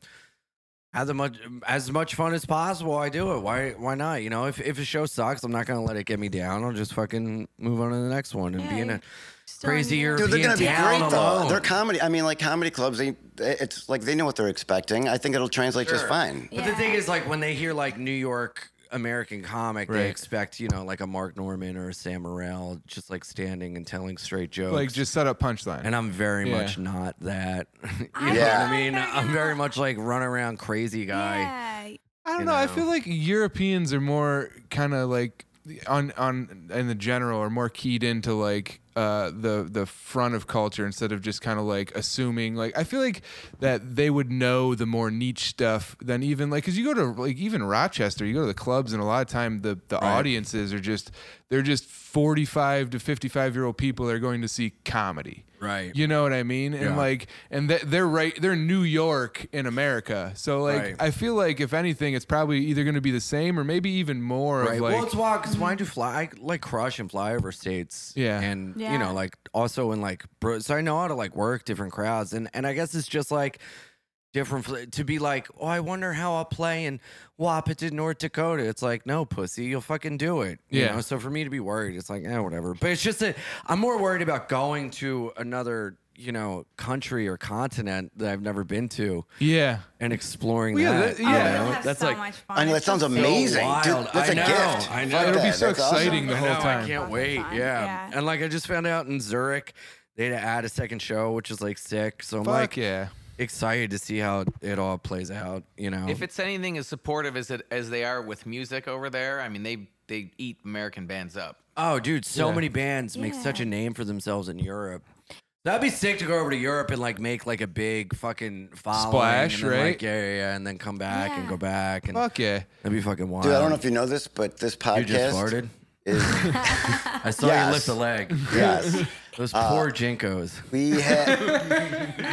S3: have the much as much fun as possible. I do it. Why? Why not? You know, if if a show sucks, I'm not gonna let it get me down. I'll just fucking move on to the next one and be
S5: Yeah,
S3: in
S5: you-
S3: it.
S5: Still in
S3: Crazy
S5: Europe.
S3: or-
S2: Dude, they're
S3: being
S2: gonna be
S3: down
S2: great though.
S3: alone.
S2: They're comedy. I mean, like comedy clubs. They, it's like they know what they're expecting. I think it'll translate just
S3: Sure.
S2: fine.
S3: But the thing is, like when they hear like New York American comic,
S4: Right.
S3: they expect you know like a Mark Norman or a Sam Morril, just like standing and telling straight jokes.
S4: like just set up punchline.
S3: and I'm very
S4: Yeah.
S3: much not that. you
S5: I
S3: know
S2: Yeah.
S3: what I mean?
S5: like that
S3: I'm
S5: now.
S3: very much like run around crazy guy.
S5: Yeah.
S4: I don't
S3: you
S4: know. I
S3: know?
S4: feel like Europeans are more kind of like on on in the general are more keyed into like uh, the the front of culture instead of just kind of like assuming. Like I feel like that they would know the more niche stuff than even like because you go to like even Rochester, you go to the clubs, and a lot of time the the audiences are just they're just forty five to fifty five year old people that are going to see comedy.
S3: Right.
S4: You know what I mean? And
S3: Yeah.
S4: like and th- they're right they're New York in America. So like
S3: Right.
S4: I feel like if anything, it's probably either going to be the same or maybe even more
S3: Right.
S4: of like
S3: well, it's wild because why do you fly? I like crush and flyover states.
S4: Yeah.
S3: And
S5: Yeah.
S3: you know, like also in like, bro, so I know how to like work different crowds, and and I guess it's just like different fl- to be like, oh, I wonder how I'll play in Wapaton, North Dakota. It's like, no, pussy, you'll fucking do it. You
S4: Yeah.
S3: know? So for me to be worried, it's like, eh, whatever. But it's just that I'm more worried about going to another, you know, country or continent that I've never been to
S4: yeah.
S3: and exploring
S4: Well, yeah,
S3: that.
S4: that-
S3: you
S5: Oh,
S4: yeah.
S5: you'll
S3: know?
S5: have
S3: That's
S5: so
S3: like
S5: much fun.
S2: I know that
S5: It's
S2: sounds
S5: just so
S2: amazing,
S3: wild.
S2: dude. That's
S3: I
S2: a
S3: know,
S2: gift.
S3: I
S2: Fuck
S3: know. It'll
S4: be
S2: that,
S4: so
S2: that's awesome.
S4: exciting. the
S3: I
S4: whole
S3: know,
S4: time.
S3: I can't
S5: Awesome
S3: wait.
S5: fun,
S3: Yeah.
S5: yeah.
S3: And like I just found out in Zurich, they had to add a second show, which is like sick. So I'm
S4: Fuck
S3: like
S4: yeah.
S3: excited to see how it all plays out, you know.
S1: If it's anything as supportive as it, as they are with music over there, I mean they they eat American bands up.
S3: oh dude, so
S4: Yeah.
S3: many bands make such a
S5: Yeah.
S3: name for themselves in Europe. That'd be sick to go over to Europe and like make like a big fucking following
S4: Splash,
S3: and then,
S4: right?
S3: Like, yeah, yeah, yeah, and then come back and
S5: Yeah.
S3: go back and
S4: Fuck yeah.
S3: that'd be fucking wild.
S2: Dude, I don't know if you know this, but this
S3: you just
S2: podcast
S3: farted.
S2: is
S3: I saw you
S2: Yes.
S3: lift a leg.
S2: yes.
S3: Those poor Jinkos.
S2: We have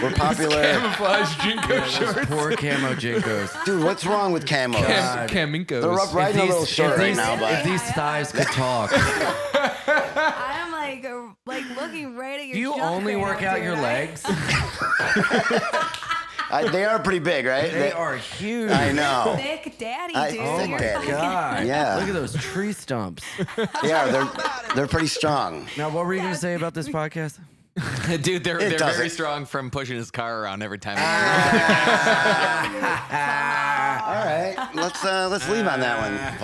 S2: we're popular.
S4: Camouflage
S2: Oh
S4: Jinko
S3: Those
S4: shorts.
S3: poor camo Jinkos.
S2: Dude, what's wrong with camos?
S4: Cam, Caminkos.
S2: They're up right in a little short
S3: if
S2: right
S3: these-
S2: now,
S3: if
S2: but
S3: these thighs could talk,
S5: I'm like, uh, like looking right at your.
S3: do you
S5: junk
S3: only
S5: right
S3: work
S5: now,
S3: out
S5: dude.
S3: your
S5: I-
S3: legs?
S2: I, they are pretty big, right?
S3: They are huge.
S2: I know.
S5: Thick daddy,
S2: I-
S5: dude.
S3: Oh my
S5: You're fucking-
S3: god!
S2: Yeah.
S3: Look at those tree stumps.
S2: They are. They're they're pretty strong.
S3: Now, what were you gonna say about this podcast?
S1: Dude, they're they're
S2: doesn't.
S1: very strong from pushing his car around every time.
S4: Ah.
S2: All right, let's uh, let's leave on that
S3: Uh,
S2: one,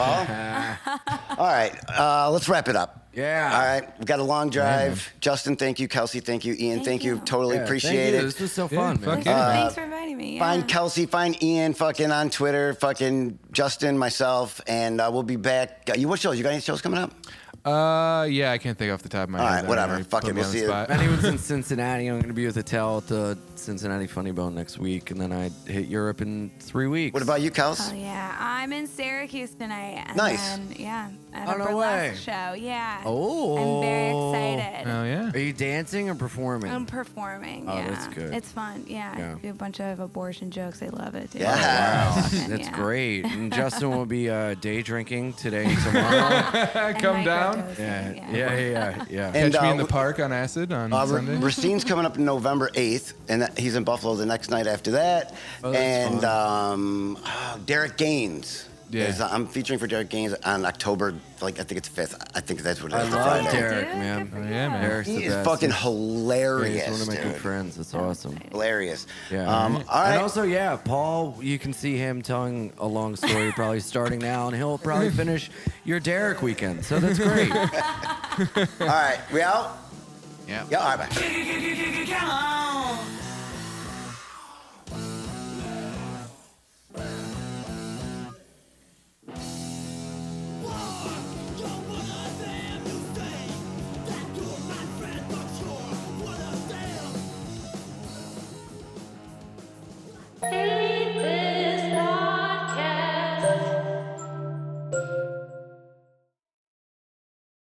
S2: Paul. All right, uh, let's wrap it up.
S3: Yeah.
S2: All right, we've got a long drive. Justin, thank you. Kelsey, thank you. Ian, thank,
S5: Thank
S2: you.
S5: you.
S2: Totally
S3: Yeah,
S2: appreciate
S3: thank you.
S2: it.
S3: This was so
S4: Yeah,
S3: fun, man.
S4: fuck yeah.
S5: Thanks for inviting me. Yeah.
S2: Uh, Find Kelsey, find Ian, fucking on Twitter, fucking Justin, myself, and uh, we'll be back. Uh, You what shows? You got any shows coming up?
S4: Uh, yeah, I can't think off the top of my
S2: All
S4: head.
S2: right,
S4: That
S2: whatever.
S4: really
S2: Fuck
S4: put
S2: it,
S4: me
S2: we'll
S4: on the
S2: see you.
S4: spot.
S3: If anyone's in Cincinnati, I'm gonna be with Attell at the Cincinnati Funny Bone next week, and then I hit Europe in three weeks.
S2: What about you, Kels?
S5: Oh yeah, I'm in Syracuse tonight. And
S2: Nice.
S5: Then, yeah, at
S3: Oh,
S5: a
S3: no
S5: burlesque
S3: way.
S5: show. Yeah.
S3: Oh. Uh,
S5: I'm very excited.
S4: Hell yeah.
S3: Are you dancing or performing?
S5: I'm performing.
S3: Oh,
S5: yeah.
S3: that's good.
S5: It's fun. Yeah.
S3: Yeah.
S5: Do a bunch of abortion jokes. I love it. Dude.
S2: Yeah. Wow.
S5: Fucking,
S3: That's
S5: yeah.
S3: great. And Justin will be uh, day drinking today and tomorrow.
S5: And
S4: Come down.
S5: microdosing,
S3: yeah,
S5: Yeah.
S3: yeah, yeah, yeah.
S2: And,
S4: Catch me
S2: uh,
S4: in the
S2: w-
S4: park on acid on
S2: Uh, Ra-
S4: Sunday.
S2: Racine's coming up November 8th, and that, he's in Buffalo the next night after that.
S3: Oh, that's
S2: and um, oh, Derek Gaines.
S4: Yeah.
S2: is- I'm featuring for Derek Gaines on October, like I think it's 5th. I think that's what it
S3: I
S2: is. It's a
S3: love
S2: Friday.
S3: Derek,
S5: Dude,
S3: man.
S5: good for
S4: Oh,
S5: you.
S4: yeah, man.
S3: Derek's the
S2: He is
S3: best.
S2: fucking
S3: Yeah,
S2: hilarious.
S3: He's one of my good
S2: dude.
S3: friends. That's awesome.
S2: Hilarious.
S3: Yeah.
S2: Um, all right.
S3: And also, yeah, Paul, you can see him telling a long story probably starting now, and he'll probably finish your Derek weekend. So that's great.
S2: all right. We out?
S1: Yeah.
S2: Yeah. All right. Bye.
S7: Come on.